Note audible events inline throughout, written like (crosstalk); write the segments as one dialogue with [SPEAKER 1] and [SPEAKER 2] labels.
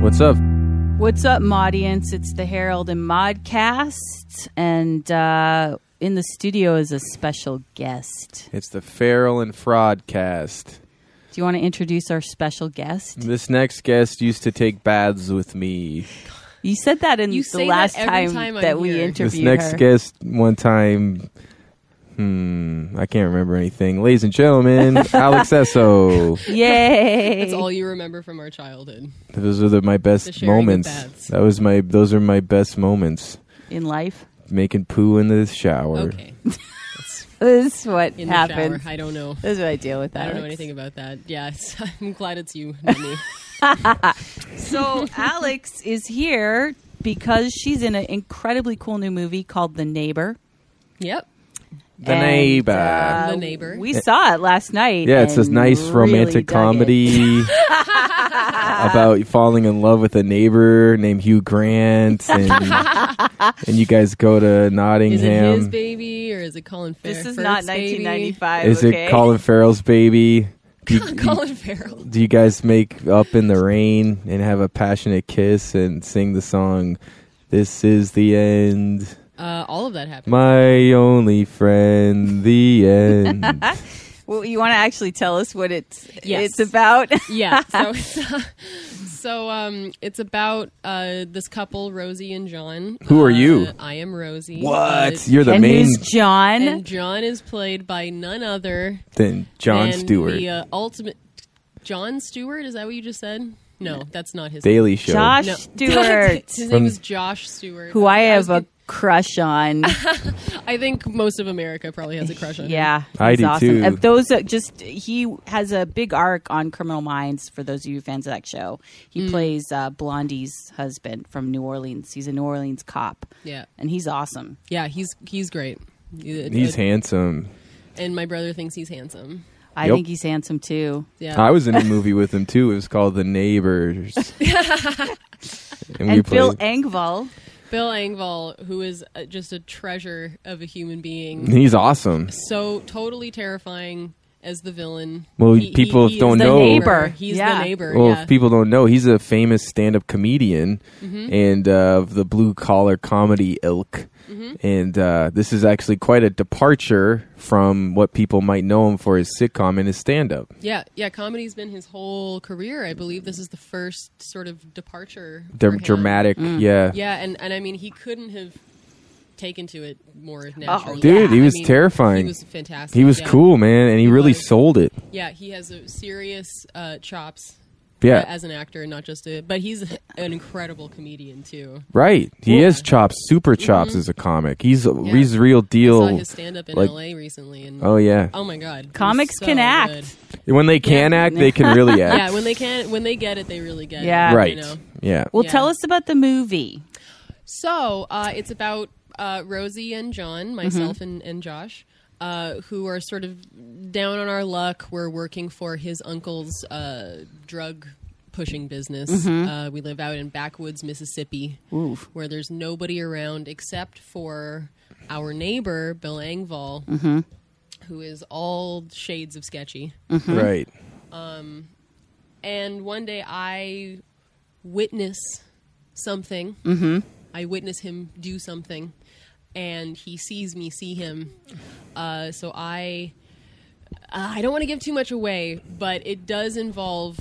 [SPEAKER 1] What's up?
[SPEAKER 2] What's up, audience? It's the Herald and Modcast, and uh, in the studio is a special guest.
[SPEAKER 1] It's the Feral and Fraudcast.
[SPEAKER 2] Do you want to introduce our special guest?
[SPEAKER 1] This next guest used to take baths with me.
[SPEAKER 2] You said that in
[SPEAKER 3] You
[SPEAKER 2] the
[SPEAKER 3] say that
[SPEAKER 2] last
[SPEAKER 3] every
[SPEAKER 2] time,
[SPEAKER 3] time I'm
[SPEAKER 2] that we
[SPEAKER 3] here.
[SPEAKER 2] interviewed
[SPEAKER 1] this next
[SPEAKER 2] her.
[SPEAKER 1] guest, one time, hmm, I can't remember anything. Ladies and
[SPEAKER 2] (laughs)
[SPEAKER 1] gentlemen, Alex Esso.
[SPEAKER 2] Yay!
[SPEAKER 3] (laughs) That's all you remember from our childhood.
[SPEAKER 1] Those are the, my
[SPEAKER 3] The
[SPEAKER 1] best
[SPEAKER 3] sharing of
[SPEAKER 1] moments.
[SPEAKER 3] baths.
[SPEAKER 1] That was my. Those are my best moments.
[SPEAKER 2] in life,
[SPEAKER 1] Making poo in the shower.
[SPEAKER 3] Okay.
[SPEAKER 2] this is what
[SPEAKER 3] In the
[SPEAKER 2] happened.
[SPEAKER 3] shower. I don't know.
[SPEAKER 2] This is what I deal with.
[SPEAKER 3] I don't know
[SPEAKER 2] Alex.
[SPEAKER 3] anything about that. Yeah, it's, (laughs) I'm glad it's you,
[SPEAKER 2] (laughs)
[SPEAKER 3] not me. (laughs)
[SPEAKER 2] So Alex is here because she's in an incredibly cool new movie called The Neighbor.
[SPEAKER 3] yep.
[SPEAKER 1] The
[SPEAKER 2] And,
[SPEAKER 1] neighbor.
[SPEAKER 2] uh,
[SPEAKER 3] The Neighbor.
[SPEAKER 2] We saw it last night.
[SPEAKER 1] Eh. Yeah, it's this
[SPEAKER 2] and
[SPEAKER 1] nice
[SPEAKER 2] really
[SPEAKER 1] romantic
[SPEAKER 2] dug it. (laughs)
[SPEAKER 1] comedy about falling in love with a neighbor named Hugh
[SPEAKER 2] (laughs)
[SPEAKER 1] Grant, and, and you guys go to Nottingham.
[SPEAKER 3] Is it his baby or is it Colin Farrell?
[SPEAKER 2] This is not 1995.
[SPEAKER 1] Is
[SPEAKER 2] okay?
[SPEAKER 1] it Colin Farrell's baby?
[SPEAKER 2] (laughs)
[SPEAKER 1] Do you,
[SPEAKER 3] (laughs) Colin Farrell.
[SPEAKER 1] do you guys make up in the rain and have a passionate kiss and sing the song? This is the end,
[SPEAKER 3] Uh, all of that happened.
[SPEAKER 1] my only friend.
[SPEAKER 2] (laughs)
[SPEAKER 1] The end.
[SPEAKER 2] Well, you want to actually tell us what it's
[SPEAKER 3] Yes.
[SPEAKER 2] it's about? (laughs)
[SPEAKER 3] yeah. So, it's, (laughs) uh, so um, it's about uh, this couple, Rosie and John.
[SPEAKER 1] Who are
[SPEAKER 3] Uh,
[SPEAKER 1] you?
[SPEAKER 3] I am Rosie. Uh,
[SPEAKER 1] what? You're the
[SPEAKER 2] and
[SPEAKER 1] main
[SPEAKER 2] who's John?
[SPEAKER 3] and John is played by none other
[SPEAKER 1] then John
[SPEAKER 3] and
[SPEAKER 1] Stewart,
[SPEAKER 3] The uh, ultimate John Stewart. Is that what you just said? No, that's not his.
[SPEAKER 1] Daily Show.
[SPEAKER 2] Josh
[SPEAKER 3] No.
[SPEAKER 2] Stewart,
[SPEAKER 3] (laughs)
[SPEAKER 1] From-
[SPEAKER 3] his name is Josh Stewart.
[SPEAKER 2] who I
[SPEAKER 3] was
[SPEAKER 2] have a
[SPEAKER 3] con-
[SPEAKER 2] crush
[SPEAKER 3] (laughs)
[SPEAKER 2] on.
[SPEAKER 3] I think most of America probably has a crush on. him.
[SPEAKER 2] yeah,
[SPEAKER 1] I
[SPEAKER 2] he's
[SPEAKER 1] do
[SPEAKER 2] awesome.
[SPEAKER 1] too.
[SPEAKER 2] Of those that just he has a big arc on Criminal Minds. For those of you fans of that show, he
[SPEAKER 3] Mm.
[SPEAKER 2] plays uh, Blondie's husband from New Orleans. He's a New Orleans cop,
[SPEAKER 3] yeah,
[SPEAKER 2] and he's awesome.
[SPEAKER 3] yeah. He's he's great. He-
[SPEAKER 1] He's
[SPEAKER 3] uh,
[SPEAKER 1] handsome.
[SPEAKER 3] and my brother thinks he's handsome.
[SPEAKER 2] I
[SPEAKER 1] Yep.
[SPEAKER 2] think he's handsome too.
[SPEAKER 3] Yeah,
[SPEAKER 1] I was in a movie with him too. It was called The
[SPEAKER 3] (laughs)
[SPEAKER 1] Neighbors. and we
[SPEAKER 2] And Bill
[SPEAKER 1] played.
[SPEAKER 2] Engvall,
[SPEAKER 3] Bill Engvall, who is uh, just a treasure of a
[SPEAKER 1] (laughs)
[SPEAKER 3] human being,
[SPEAKER 1] He's awesome.
[SPEAKER 3] so totally terrifying as the villain.
[SPEAKER 1] Well, people
[SPEAKER 3] is
[SPEAKER 1] don't
[SPEAKER 3] the
[SPEAKER 1] know.
[SPEAKER 2] Neighbor.
[SPEAKER 3] He's
[SPEAKER 2] Yeah.
[SPEAKER 3] the neighbor.
[SPEAKER 1] Well,
[SPEAKER 3] yeah.
[SPEAKER 1] if people don't know, he's a famous stand-up comedian
[SPEAKER 3] Mm-hmm.
[SPEAKER 1] and uh, of the blue-collar comedy ilk.
[SPEAKER 3] Mm-hmm.
[SPEAKER 1] And uh, this is actually quite a departure from what people might know him for his sitcom and his stand-up.
[SPEAKER 3] Yeah, yeah, comedy's been his whole career. I believe this is the first sort of departure.
[SPEAKER 1] They're
[SPEAKER 3] for him.
[SPEAKER 1] dramatic, yeah.
[SPEAKER 3] Oh, Mm. Yeah, and, and I mean, he couldn't have taken to it more naturally.
[SPEAKER 2] Oh,
[SPEAKER 1] Dude, he
[SPEAKER 3] I
[SPEAKER 1] was
[SPEAKER 3] mean,
[SPEAKER 1] terrifying.
[SPEAKER 3] He was fantastic.
[SPEAKER 1] He was
[SPEAKER 3] yeah.
[SPEAKER 1] cool, man, and he, really
[SPEAKER 3] was.
[SPEAKER 1] sold it.
[SPEAKER 3] Yeah, he has a serious uh, chops.
[SPEAKER 1] Yeah,
[SPEAKER 3] uh, as an actor, not just a, but he's (laughs) an incredible comedian too.
[SPEAKER 1] right. He has chops, super chops
[SPEAKER 3] Mm-hmm.
[SPEAKER 1] as a comic. He's he's real deal.
[SPEAKER 3] I saw his stand up in
[SPEAKER 1] like-
[SPEAKER 3] L.A. recently, and
[SPEAKER 1] Oh yeah.
[SPEAKER 3] oh my god, he's
[SPEAKER 2] comics
[SPEAKER 3] so
[SPEAKER 2] can act.
[SPEAKER 3] good.
[SPEAKER 1] When they can act, they can really act.
[SPEAKER 3] (laughs) Yeah, when they can, when they get it, they really get
[SPEAKER 2] Yeah.
[SPEAKER 3] it. you
[SPEAKER 1] right.
[SPEAKER 3] know?
[SPEAKER 1] Yeah.
[SPEAKER 2] Well,
[SPEAKER 3] Yeah.
[SPEAKER 2] tell us about the movie.
[SPEAKER 3] So uh, it's about uh, Rosie and John, myself and, and Josh, uh, who are sort of down on our luck. We're working for his uncle's uh, drug pushing business. Uh, we live out in backwoods, Mississippi, where there's nobody around except for our neighbor, Bill Engvall, who is all shades of sketchy.
[SPEAKER 1] Right.
[SPEAKER 3] And one day I witness something.
[SPEAKER 2] Mm-hmm.
[SPEAKER 3] I witness him do something, and he sees me see him. Uh, so I, uh, I don't want to give too much away, but it does involve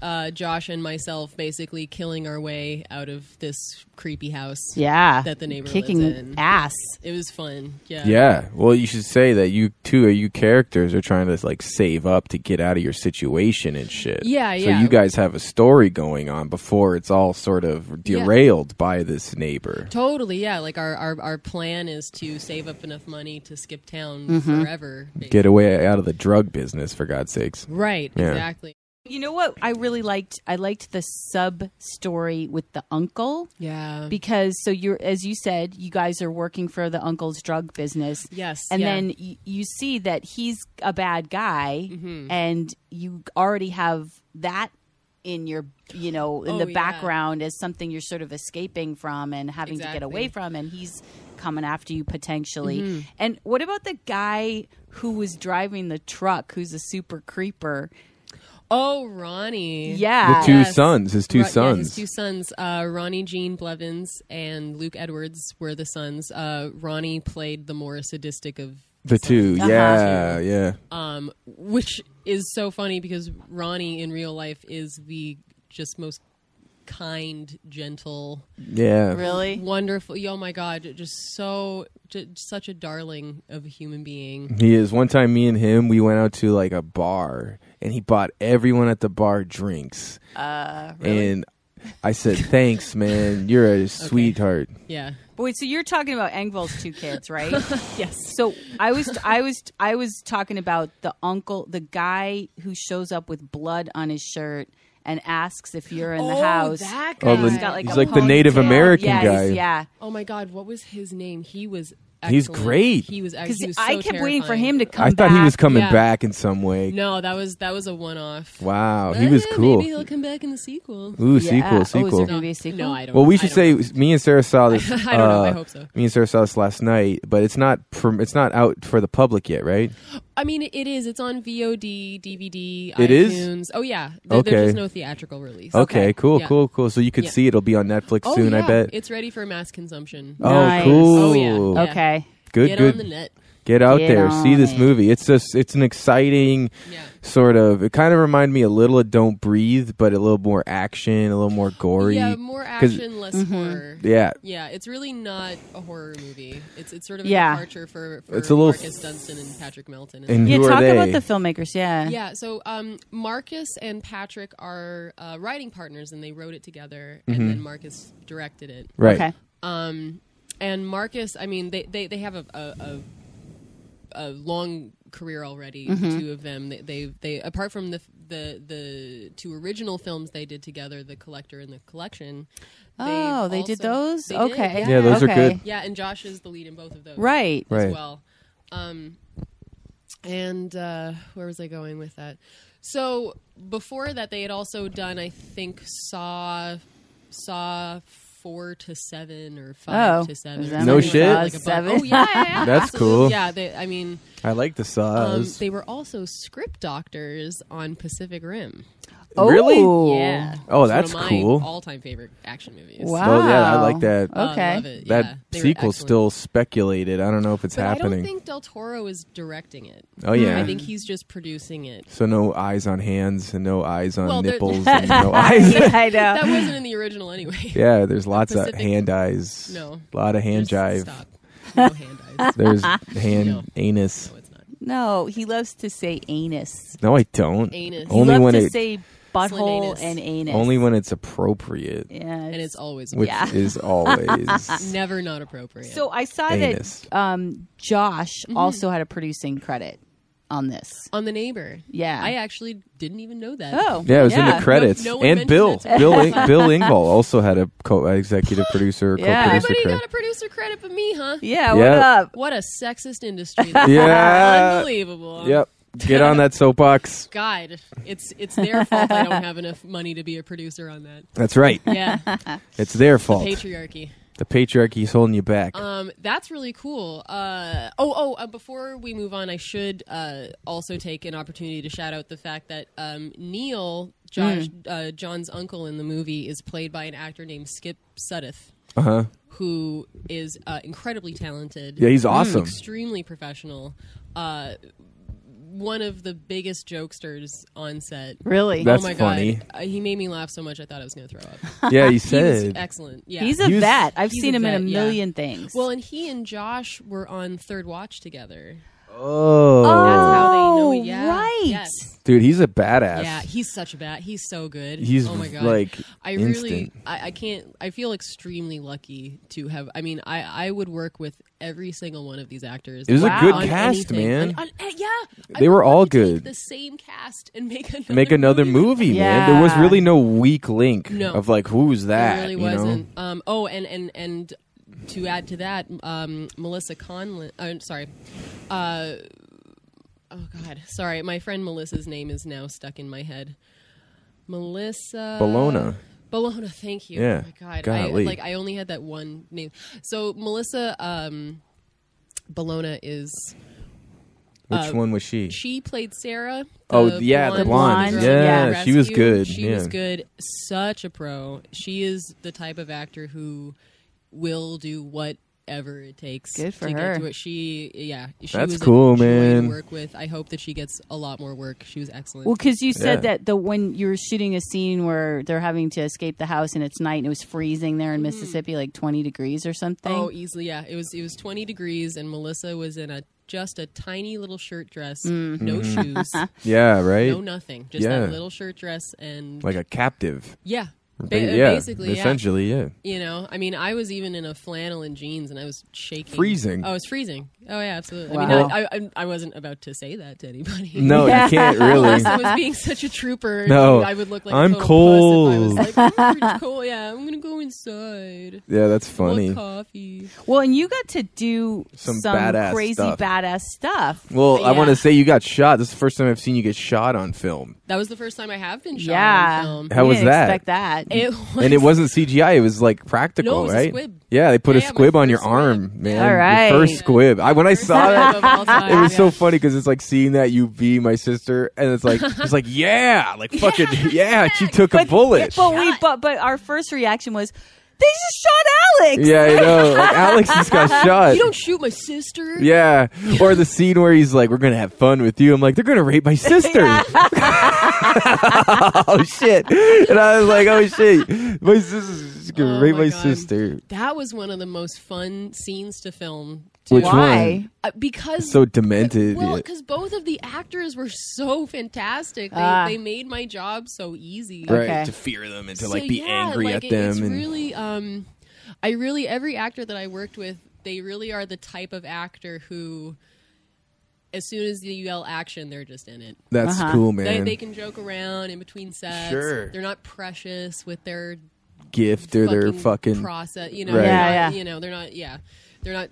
[SPEAKER 3] uh, Josh and myself basically killing our way out of this creepy house.
[SPEAKER 2] Yeah,
[SPEAKER 3] That the neighbor
[SPEAKER 2] kicking
[SPEAKER 3] lives in.
[SPEAKER 2] ass.
[SPEAKER 3] It was fun. Yeah.
[SPEAKER 1] Yeah. Well, you should say that you two or you characters are trying to like save up to get out of your situation and shit.
[SPEAKER 3] Yeah,
[SPEAKER 1] So
[SPEAKER 3] yeah.
[SPEAKER 1] you guys have a story going on before it's all sort of derailed by this neighbor.
[SPEAKER 3] Totally, yeah. Like our, our, our plan is to save up enough money to skip town
[SPEAKER 2] Mm-hmm.
[SPEAKER 3] forever.
[SPEAKER 1] Get away out of the drug business for God's sakes.
[SPEAKER 3] right,
[SPEAKER 1] Yeah.
[SPEAKER 3] exactly.
[SPEAKER 2] You know what I really liked? I liked the sub story with the uncle
[SPEAKER 3] Yeah.
[SPEAKER 2] because so you're as you said, you guys are working for the uncle's drug business.
[SPEAKER 3] Yes,
[SPEAKER 2] And
[SPEAKER 3] yeah.
[SPEAKER 2] then y- you see that he's a bad guy
[SPEAKER 3] Mm-hmm.
[SPEAKER 2] and you already have that in your you know in
[SPEAKER 3] Oh,
[SPEAKER 2] the
[SPEAKER 3] yeah.
[SPEAKER 2] background as something you're sort of escaping from and having to get
[SPEAKER 3] Exactly. Mm-hmm.
[SPEAKER 2] away from and he's coming after you potentially. And what about the guy who was driving the truck who's a super creeper?
[SPEAKER 3] Oh, Ronnie.
[SPEAKER 2] Yeah.
[SPEAKER 1] the two
[SPEAKER 3] Yes.
[SPEAKER 1] sons, his two
[SPEAKER 3] Ro- yeah,
[SPEAKER 1] sons.
[SPEAKER 3] his two sons, uh, Ronnie Jean Blevins and Luke Edwards, were the sons. Uh, Ronnie played the more sadistic of,
[SPEAKER 1] the two,
[SPEAKER 2] Uh-huh.
[SPEAKER 1] yeah, yeah.
[SPEAKER 3] um, which is so funny because Ronnie in real life is the just most kind, gentle,
[SPEAKER 1] Yeah.
[SPEAKER 2] Really?
[SPEAKER 3] wonderful. Oh my God, just so just such a darling of a human being.
[SPEAKER 1] He is. One time, me and him, we went out to like a bar, and he bought everyone at the bar drinks. Uh, And I said, "Thanks, man. You're a sweetheart."
[SPEAKER 3] Yeah.
[SPEAKER 2] But wait, so you're talking about Engvall's two kids, right?
[SPEAKER 3] (laughs) Yes.
[SPEAKER 2] so I was I was I was talking about the uncle, the guy who shows up with blood on his shirt and asks if you're in the
[SPEAKER 3] Oh,
[SPEAKER 2] house.
[SPEAKER 3] that
[SPEAKER 1] Oh, the-
[SPEAKER 2] He's
[SPEAKER 3] guy.
[SPEAKER 2] got like
[SPEAKER 1] he's
[SPEAKER 2] a
[SPEAKER 1] like the Native
[SPEAKER 2] ponytail.
[SPEAKER 1] American
[SPEAKER 2] Yes,
[SPEAKER 1] guy.
[SPEAKER 2] Yeah.
[SPEAKER 3] Oh my God, what was his name? He was.
[SPEAKER 1] He's
[SPEAKER 3] excellent.
[SPEAKER 1] great.
[SPEAKER 3] He was.
[SPEAKER 2] Because
[SPEAKER 3] Because
[SPEAKER 2] I kept waiting for him to come.
[SPEAKER 1] I thought he
[SPEAKER 2] back.
[SPEAKER 1] was coming
[SPEAKER 3] Yeah.
[SPEAKER 1] back in some way.
[SPEAKER 3] No, that was that was a one-off.
[SPEAKER 1] Wow,
[SPEAKER 3] But
[SPEAKER 1] he was
[SPEAKER 3] yeah,
[SPEAKER 1] cool.
[SPEAKER 3] Maybe he'll come back in the sequel.
[SPEAKER 1] Ooh, sequel,
[SPEAKER 2] Yeah. Oh, is there
[SPEAKER 1] sequel.
[SPEAKER 2] gonna Maybe a sequel?
[SPEAKER 3] No, I don't.
[SPEAKER 1] Well, we
[SPEAKER 3] I
[SPEAKER 1] should
[SPEAKER 3] don't
[SPEAKER 1] say
[SPEAKER 3] know.
[SPEAKER 1] me and Sarah
[SPEAKER 3] (laughs)
[SPEAKER 1] saw this.
[SPEAKER 3] I don't know. I
[SPEAKER 1] uh,
[SPEAKER 3] hope so.
[SPEAKER 1] Me and Sarah saw this last night, but it's not. Prom- it's not out for the public yet, right?
[SPEAKER 3] I mean, it is. It's on VOD, DVD,
[SPEAKER 1] It is?
[SPEAKER 3] iTunes. Oh yeah. There,
[SPEAKER 1] Okay.
[SPEAKER 3] There's just no theatrical release.
[SPEAKER 1] Okay, cool,
[SPEAKER 3] Yeah.
[SPEAKER 1] cool, cool. So you could
[SPEAKER 3] Yeah.
[SPEAKER 1] see it. it'll be on Netflix
[SPEAKER 3] Oh,
[SPEAKER 1] soon. I
[SPEAKER 3] yeah.
[SPEAKER 1] bet.
[SPEAKER 3] it's ready for mass consumption.
[SPEAKER 1] oh,
[SPEAKER 2] Nice.
[SPEAKER 1] cool.
[SPEAKER 3] Oh, yeah.
[SPEAKER 2] Okay.
[SPEAKER 1] Good,
[SPEAKER 3] Get
[SPEAKER 1] good.
[SPEAKER 3] on the net.
[SPEAKER 1] Get out
[SPEAKER 2] Get
[SPEAKER 1] there, see
[SPEAKER 2] on
[SPEAKER 1] this
[SPEAKER 2] it.
[SPEAKER 1] movie. It's just it's an exciting
[SPEAKER 3] Yeah.
[SPEAKER 1] sort of. It kind of reminded me a little of Don't Breathe, but a little more action, a little more gory.
[SPEAKER 3] Yeah, more
[SPEAKER 1] 'Cause-
[SPEAKER 3] action, less
[SPEAKER 2] Mm-hmm.
[SPEAKER 3] horror.
[SPEAKER 1] yeah.
[SPEAKER 3] Yeah, it's really not a horror movie. It's it's sort of a
[SPEAKER 2] Yeah.
[SPEAKER 3] departure for, for
[SPEAKER 1] It's a little
[SPEAKER 3] Marcus Dunstan and Patrick Melton.
[SPEAKER 1] And
[SPEAKER 2] Yeah.
[SPEAKER 1] who
[SPEAKER 2] Talk
[SPEAKER 1] are they?
[SPEAKER 2] about the filmmakers. Yeah.
[SPEAKER 3] Yeah, so um, Marcus and Patrick are uh, writing partners, and they wrote it together,
[SPEAKER 2] Mm-hmm.
[SPEAKER 3] and then Marcus directed it.
[SPEAKER 1] right.
[SPEAKER 2] Okay.
[SPEAKER 3] Um, and Marcus, I mean, they, they, they have a, a, a, a long career already. The
[SPEAKER 2] Mm-hmm.
[SPEAKER 3] two of them, they, they they apart from the the the two original films they did together, The Collector and The Collection. they've
[SPEAKER 2] Oh, they did
[SPEAKER 3] also-
[SPEAKER 2] those.
[SPEAKER 3] they did,
[SPEAKER 2] okay.
[SPEAKER 3] yeah.
[SPEAKER 1] Yeah, those are
[SPEAKER 2] okay.
[SPEAKER 1] good.
[SPEAKER 3] Yeah, and Josh is the lead in both of those.
[SPEAKER 2] Right.
[SPEAKER 1] Right.
[SPEAKER 3] As well. Um, and uh, where was I going with that? So before that, they had also done, I think, Saw, Saw four to seven or five
[SPEAKER 2] Oh,
[SPEAKER 3] to
[SPEAKER 2] is
[SPEAKER 3] seven.
[SPEAKER 2] that
[SPEAKER 1] No
[SPEAKER 3] Like
[SPEAKER 1] shit.
[SPEAKER 3] a bunch-
[SPEAKER 2] Seven?
[SPEAKER 3] Oh yeah, yeah,
[SPEAKER 1] (laughs)
[SPEAKER 3] yeah.
[SPEAKER 1] That's
[SPEAKER 3] absolutely.
[SPEAKER 1] cool.
[SPEAKER 3] Yeah, they, I mean,
[SPEAKER 1] I like the
[SPEAKER 3] um,
[SPEAKER 1] saws.
[SPEAKER 3] they were also script doctors on Pacific Rim.
[SPEAKER 1] Really?
[SPEAKER 2] Oh.
[SPEAKER 3] Yeah.
[SPEAKER 1] Oh,
[SPEAKER 3] It's one of
[SPEAKER 1] that's
[SPEAKER 3] my
[SPEAKER 1] cool.
[SPEAKER 3] All-time favorite action movies.
[SPEAKER 2] Wow.
[SPEAKER 1] Oh, yeah, I like that.
[SPEAKER 3] Uh,
[SPEAKER 2] Okay.
[SPEAKER 3] love it.
[SPEAKER 1] that
[SPEAKER 3] yeah, They were
[SPEAKER 1] sequel's
[SPEAKER 3] excellent.
[SPEAKER 1] still speculated. I don't know if it's
[SPEAKER 3] But
[SPEAKER 1] happening.
[SPEAKER 3] I don't think Del Toro is directing it.
[SPEAKER 1] oh yeah.
[SPEAKER 3] I think he's just producing it.
[SPEAKER 1] so no eyes on hands and no eyes on
[SPEAKER 3] Well, there-
[SPEAKER 1] nipples and
[SPEAKER 3] (laughs)
[SPEAKER 1] no eyes.
[SPEAKER 2] (laughs) I
[SPEAKER 3] That
[SPEAKER 2] know.
[SPEAKER 3] wasn't in the original anyway.
[SPEAKER 1] (laughs) Yeah, there's lots of
[SPEAKER 3] Pacific-
[SPEAKER 1] hand eyes.
[SPEAKER 3] No.
[SPEAKER 1] A lot of hand
[SPEAKER 3] Just
[SPEAKER 1] jive.
[SPEAKER 3] Stop. No hand
[SPEAKER 2] (laughs)
[SPEAKER 3] eyes.
[SPEAKER 1] There's hand
[SPEAKER 3] No.
[SPEAKER 1] anus.
[SPEAKER 3] No, it's not.
[SPEAKER 2] No, he loves to say anus.
[SPEAKER 1] No, I don't.
[SPEAKER 3] Anus. You
[SPEAKER 2] He
[SPEAKER 1] Only
[SPEAKER 2] loves
[SPEAKER 1] when
[SPEAKER 2] to
[SPEAKER 1] it
[SPEAKER 2] say butthole
[SPEAKER 3] Slim anus.
[SPEAKER 2] and anus.
[SPEAKER 1] only when it's appropriate,
[SPEAKER 2] Yeah.
[SPEAKER 3] And
[SPEAKER 2] it's-
[SPEAKER 3] it's always
[SPEAKER 1] which (laughs)
[SPEAKER 2] Yeah.
[SPEAKER 1] is always
[SPEAKER 3] never not appropriate.
[SPEAKER 2] So I saw
[SPEAKER 1] Anus.
[SPEAKER 2] that um, Josh
[SPEAKER 3] Mm-hmm.
[SPEAKER 2] also had a producing credit on this.
[SPEAKER 3] on the neighbor.
[SPEAKER 2] Yeah.
[SPEAKER 3] I uh, actually didn't even know that.
[SPEAKER 2] Oh,
[SPEAKER 1] yeah, it was in the credits.
[SPEAKER 3] No- no one
[SPEAKER 1] and
[SPEAKER 3] mentioned
[SPEAKER 1] Bill,
[SPEAKER 3] it.
[SPEAKER 1] Bill,
[SPEAKER 3] (laughs)
[SPEAKER 1] In- Bill Engvall also had a co-executive producer,
[SPEAKER 2] Yeah.
[SPEAKER 1] co-producer
[SPEAKER 3] Everybody got a
[SPEAKER 1] credit.
[SPEAKER 3] producer credit but me, huh?
[SPEAKER 1] Yeah.
[SPEAKER 2] Yeah, what up?
[SPEAKER 3] What a sexist
[SPEAKER 1] (laughs)
[SPEAKER 3] industry. that is.
[SPEAKER 1] Yeah.
[SPEAKER 3] (laughs) Unbelievable.
[SPEAKER 1] Yep, get on that soapbox.
[SPEAKER 3] God, it's it's their fault I don't have enough money to be a producer on
[SPEAKER 2] (laughs)
[SPEAKER 3] that.
[SPEAKER 1] That's (laughs) right.
[SPEAKER 3] Yeah,
[SPEAKER 1] It's their fault.
[SPEAKER 3] patriarchy.
[SPEAKER 1] the patriarchy's holding you back.
[SPEAKER 3] Um, that's really cool. Uh, oh, oh! Uh, before we move on, I should uh, also take an opportunity to shout out the fact that um, Neil, Josh, uh, John's uncle in the movie, is played by an actor named Skip Suddeth,
[SPEAKER 1] Uh huh.
[SPEAKER 3] who is uh, incredibly talented.
[SPEAKER 1] Yeah, he's awesome.
[SPEAKER 3] extremely professional. Uh, one of the biggest jokesters on set.
[SPEAKER 2] Really?
[SPEAKER 1] That's
[SPEAKER 3] oh my
[SPEAKER 1] funny.
[SPEAKER 3] god, uh, he made me laugh so much I thought I was going
[SPEAKER 1] (laughs)
[SPEAKER 3] to throw up.
[SPEAKER 1] Yeah, he
[SPEAKER 3] He was
[SPEAKER 1] said.
[SPEAKER 3] excellent. Yeah,
[SPEAKER 2] he's a
[SPEAKER 1] He's-
[SPEAKER 2] vet. I've
[SPEAKER 3] he's
[SPEAKER 2] seen
[SPEAKER 3] a
[SPEAKER 2] him in
[SPEAKER 3] vet,
[SPEAKER 2] a
[SPEAKER 3] yeah.
[SPEAKER 2] million things.
[SPEAKER 3] Well, and he and Josh were on Third Watch together.
[SPEAKER 1] oh,
[SPEAKER 3] That's how they know.
[SPEAKER 2] Oh,
[SPEAKER 3] Yeah,
[SPEAKER 2] right.
[SPEAKER 3] Yes.
[SPEAKER 1] dude, he's a badass.
[SPEAKER 3] Yeah, he's such a bad. He's so good.
[SPEAKER 1] He's,
[SPEAKER 3] oh my god.
[SPEAKER 1] like,
[SPEAKER 3] I really,
[SPEAKER 1] instant.
[SPEAKER 3] I, I can't. I feel extremely lucky to have. I mean, I I would work with every single one of these actors.
[SPEAKER 1] It was
[SPEAKER 2] a good
[SPEAKER 3] on
[SPEAKER 1] cast,
[SPEAKER 3] anything.
[SPEAKER 1] man.
[SPEAKER 3] And- and- and- yeah, I
[SPEAKER 1] They
[SPEAKER 3] would
[SPEAKER 1] were all
[SPEAKER 3] love to take
[SPEAKER 1] good.
[SPEAKER 3] The same cast and make another
[SPEAKER 1] make another movie, man. There was
[SPEAKER 2] Yeah.
[SPEAKER 1] really no weak link
[SPEAKER 3] No.
[SPEAKER 1] of like who's that.
[SPEAKER 3] It really
[SPEAKER 1] you know?
[SPEAKER 3] wasn't. Um, oh, and and and to add to that, um, Melissa Conlin. Uh, sorry. Uh, oh God, sorry. My friend Melissa's name is now stuck in my head. Melissa Uh,
[SPEAKER 1] Bologna.
[SPEAKER 3] Bologna. Thank you.
[SPEAKER 1] Yeah.
[SPEAKER 3] Oh my God.
[SPEAKER 1] Golly.
[SPEAKER 3] I, like I only had that one name. So Melissa um, Bologna is
[SPEAKER 1] Which one was she?
[SPEAKER 3] She played Sarah.
[SPEAKER 1] Oh, yeah, the
[SPEAKER 2] blonde.
[SPEAKER 3] from
[SPEAKER 2] Yeah,
[SPEAKER 3] Rescue.
[SPEAKER 1] she was good,
[SPEAKER 3] She
[SPEAKER 1] yeah.
[SPEAKER 3] was good. Such a pro. She is the type of actor who will do whatever it takes
[SPEAKER 2] Good for
[SPEAKER 3] to
[SPEAKER 2] her.
[SPEAKER 3] get to it. She, yeah, she
[SPEAKER 1] That's
[SPEAKER 3] was a
[SPEAKER 1] cool,
[SPEAKER 3] joy
[SPEAKER 1] man.
[SPEAKER 3] To work with. I hope that she gets a lot more work. She was excellent.
[SPEAKER 2] Well, because you said
[SPEAKER 1] Yeah.
[SPEAKER 2] that the when you were shooting a scene where they're having to escape the house and it's night and it was freezing there in Mississippi, like twenty degrees or something.
[SPEAKER 3] Mm-hmm. Oh, easily, yeah. It was it was twenty degrees, and Melissa was in a just a tiny little shirt dress,
[SPEAKER 2] Mm.
[SPEAKER 3] no shoes,
[SPEAKER 1] (laughs) Yeah, right.
[SPEAKER 3] no nothing, just
[SPEAKER 1] Mm-hmm. Yeah.
[SPEAKER 3] that little shirt dress, and
[SPEAKER 1] like a captive.
[SPEAKER 3] yeah, ba- uh,
[SPEAKER 1] Ba- yeah,
[SPEAKER 3] basically, yeah.
[SPEAKER 1] essentially, yeah.
[SPEAKER 3] You know, I mean, I was even in a flannel and jeans, and I was shaking,
[SPEAKER 1] Freezing.
[SPEAKER 3] I was freezing. Oh yeah, absolutely. I
[SPEAKER 2] Wow.
[SPEAKER 3] mean, I, I, I wasn't about to say that to anybody.
[SPEAKER 1] (laughs) No,
[SPEAKER 2] Yeah.
[SPEAKER 1] you can't really.
[SPEAKER 3] (laughs) I was being such a trooper.
[SPEAKER 1] No,
[SPEAKER 3] I would look like
[SPEAKER 1] I'm
[SPEAKER 3] a total puss if I was like,
[SPEAKER 1] (laughs)
[SPEAKER 3] "Oh, it's cold. Yeah, I'm gonna go inside.
[SPEAKER 1] Yeah, that's
[SPEAKER 3] Want
[SPEAKER 1] funny.
[SPEAKER 3] coffee.
[SPEAKER 2] Well, and you got to do
[SPEAKER 1] Some
[SPEAKER 2] some,
[SPEAKER 1] badass
[SPEAKER 2] crazy
[SPEAKER 1] stuff.
[SPEAKER 2] badass stuff.
[SPEAKER 1] Well, I
[SPEAKER 3] Yeah.
[SPEAKER 1] want to say you got shot. This is the first time I've seen you get shot on film,
[SPEAKER 3] That was the first time I have been shot
[SPEAKER 2] yeah,
[SPEAKER 3] on film.
[SPEAKER 1] How
[SPEAKER 2] We
[SPEAKER 1] was
[SPEAKER 2] didn't
[SPEAKER 1] that?
[SPEAKER 2] Expect that.
[SPEAKER 3] It was,
[SPEAKER 1] (laughs) and it wasn't CGI. It was like practical,
[SPEAKER 3] No, it was a
[SPEAKER 1] right?
[SPEAKER 3] squib.
[SPEAKER 1] Yeah, they put
[SPEAKER 3] Yeah,
[SPEAKER 1] a
[SPEAKER 3] yeah, my
[SPEAKER 1] squib on your
[SPEAKER 3] first
[SPEAKER 1] arm,
[SPEAKER 3] squib.
[SPEAKER 1] man.
[SPEAKER 2] All
[SPEAKER 1] Your
[SPEAKER 2] right.
[SPEAKER 1] first squib. I when I saw that,
[SPEAKER 3] Of all
[SPEAKER 1] (laughs)
[SPEAKER 3] time,
[SPEAKER 1] it was so
[SPEAKER 3] yeah.
[SPEAKER 1] funny because it's like seeing that you be my sister, and it's like it's
[SPEAKER 3] (laughs)
[SPEAKER 1] like yeah, like fucking yeah, she took a bullet.
[SPEAKER 2] But we, but but our first reaction was, they just shot Alex.
[SPEAKER 1] Yeah, I know. Like Alex just got shot.
[SPEAKER 3] (laughs) You don't shoot my sister.
[SPEAKER 1] yeah, or the scene where he's like, "We're gonna have fun with you." I'm like, "They're gonna rape
[SPEAKER 3] (laughs)
[SPEAKER 1] my sister." (laughs) oh shit! And I was like, "Oh shit, my sister's gonna
[SPEAKER 3] Oh,
[SPEAKER 1] rape my,
[SPEAKER 3] my God.
[SPEAKER 1] sister."
[SPEAKER 3] That was one of the most fun scenes to film. To,
[SPEAKER 1] Which
[SPEAKER 2] Why?
[SPEAKER 1] one?
[SPEAKER 3] uh, because
[SPEAKER 1] So demented.
[SPEAKER 3] well,
[SPEAKER 1] yeah.
[SPEAKER 3] because both of the actors were so fantastic. They,
[SPEAKER 2] Ah.
[SPEAKER 3] they made my job so easy.
[SPEAKER 1] Right
[SPEAKER 2] Okay.
[SPEAKER 1] to fear them and to
[SPEAKER 3] So,
[SPEAKER 1] like be
[SPEAKER 3] yeah,
[SPEAKER 1] angry
[SPEAKER 3] like,
[SPEAKER 1] at
[SPEAKER 3] it-
[SPEAKER 1] them
[SPEAKER 3] It's
[SPEAKER 1] and
[SPEAKER 3] really, um, I really every actor that I worked with, they really are the type of actor who, as soon as you yell action, they're just in it.
[SPEAKER 1] that's
[SPEAKER 2] Uh-huh.
[SPEAKER 1] cool,
[SPEAKER 3] They,
[SPEAKER 1] man.
[SPEAKER 3] they can joke around in between sets.
[SPEAKER 1] Sure.
[SPEAKER 3] They're not precious with their
[SPEAKER 1] Gift or their
[SPEAKER 3] fucking
[SPEAKER 1] fucking
[SPEAKER 3] process. You know,
[SPEAKER 1] Right.
[SPEAKER 3] they're not,
[SPEAKER 2] Yeah, yeah.
[SPEAKER 3] you know, they're not. Yeah, they're not.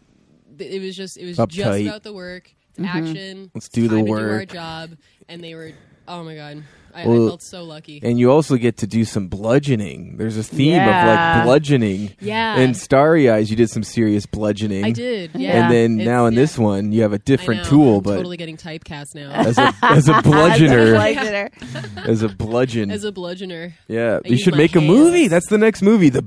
[SPEAKER 3] th- It was just. It was
[SPEAKER 1] Uptight.
[SPEAKER 3] just about the work. It's
[SPEAKER 2] Mm-hmm.
[SPEAKER 3] action.
[SPEAKER 1] Let's
[SPEAKER 3] it's
[SPEAKER 1] do the
[SPEAKER 3] time to our
[SPEAKER 1] work.
[SPEAKER 3] job, and they were. Oh my god, I,
[SPEAKER 1] Well,
[SPEAKER 3] I felt so lucky.
[SPEAKER 1] and you also get to do some bludgeoning. There's a theme of
[SPEAKER 2] Yeah.
[SPEAKER 1] like bludgeoning.
[SPEAKER 3] Yeah.
[SPEAKER 1] In Starry Eyes, you did some serious bludgeoning.
[SPEAKER 3] I did. Yeah.
[SPEAKER 1] And then
[SPEAKER 3] It's-
[SPEAKER 1] now in
[SPEAKER 3] yeah.
[SPEAKER 1] this one, you have a
[SPEAKER 3] I
[SPEAKER 1] different
[SPEAKER 3] know,
[SPEAKER 1] tool,
[SPEAKER 3] I'm
[SPEAKER 1] but
[SPEAKER 3] totally getting typecast now.
[SPEAKER 1] as a as a bludgeoner,
[SPEAKER 2] Bludgeoner.
[SPEAKER 1] (laughs) as a bludgeon,
[SPEAKER 3] (laughs) As a bludgeoner,
[SPEAKER 1] yeah, you
[SPEAKER 3] use
[SPEAKER 1] should
[SPEAKER 3] my
[SPEAKER 1] make a
[SPEAKER 3] hands.
[SPEAKER 1] movie. That's the next movie, the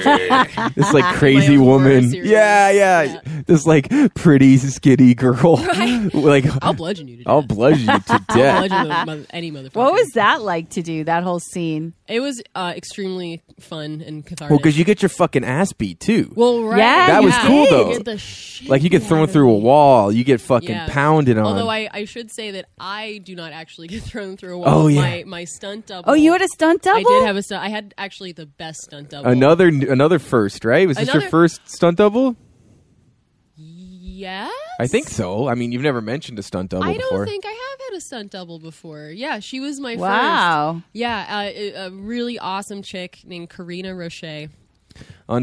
[SPEAKER 1] bludgeoner. this
[SPEAKER 3] (laughs)
[SPEAKER 1] like crazy
[SPEAKER 3] own horror
[SPEAKER 1] woman,
[SPEAKER 3] series.
[SPEAKER 1] yeah, yeah,
[SPEAKER 3] Yeah.
[SPEAKER 1] This like pretty skinny girl, (laughs) like
[SPEAKER 3] I'll bludgeon you to death.
[SPEAKER 1] I'll bludgeon you to
[SPEAKER 3] (laughs) I'll
[SPEAKER 1] death.
[SPEAKER 2] (laughs)
[SPEAKER 3] bludgeon the mother- any motherfucker.
[SPEAKER 2] What was that like to do that whole scene?
[SPEAKER 3] It was uh, extremely fun and cathartic.
[SPEAKER 1] Well, because you get your fucking ass beat too.
[SPEAKER 3] Well, right.
[SPEAKER 2] Yeah, That
[SPEAKER 1] was
[SPEAKER 3] yeah.
[SPEAKER 1] cool,
[SPEAKER 3] You
[SPEAKER 1] though.
[SPEAKER 3] get the shit
[SPEAKER 1] like you get
[SPEAKER 3] beat
[SPEAKER 1] thrown
[SPEAKER 3] out of
[SPEAKER 1] through a
[SPEAKER 3] me.
[SPEAKER 1] wall, you get fucking
[SPEAKER 3] Yeah.
[SPEAKER 1] pounded on.
[SPEAKER 3] Although I, I should say that I do not actually (laughs) get thrown through a wall.
[SPEAKER 1] Oh, yeah.
[SPEAKER 3] my, my stunt double.
[SPEAKER 2] Oh, you had a stunt double.
[SPEAKER 3] I did have a stunt. I had actually the best stunt double.
[SPEAKER 1] another another first, right? Was this your
[SPEAKER 3] Another-
[SPEAKER 1] first stunt double?
[SPEAKER 3] Yeah.
[SPEAKER 1] I think so. I mean, you've never mentioned a stunt double
[SPEAKER 3] I don't
[SPEAKER 1] before.
[SPEAKER 3] think I have had a stunt double before. Yeah, she was my first.
[SPEAKER 2] Wow.
[SPEAKER 3] Yeah, uh, a- a really awesome chick named Karina Roche. um,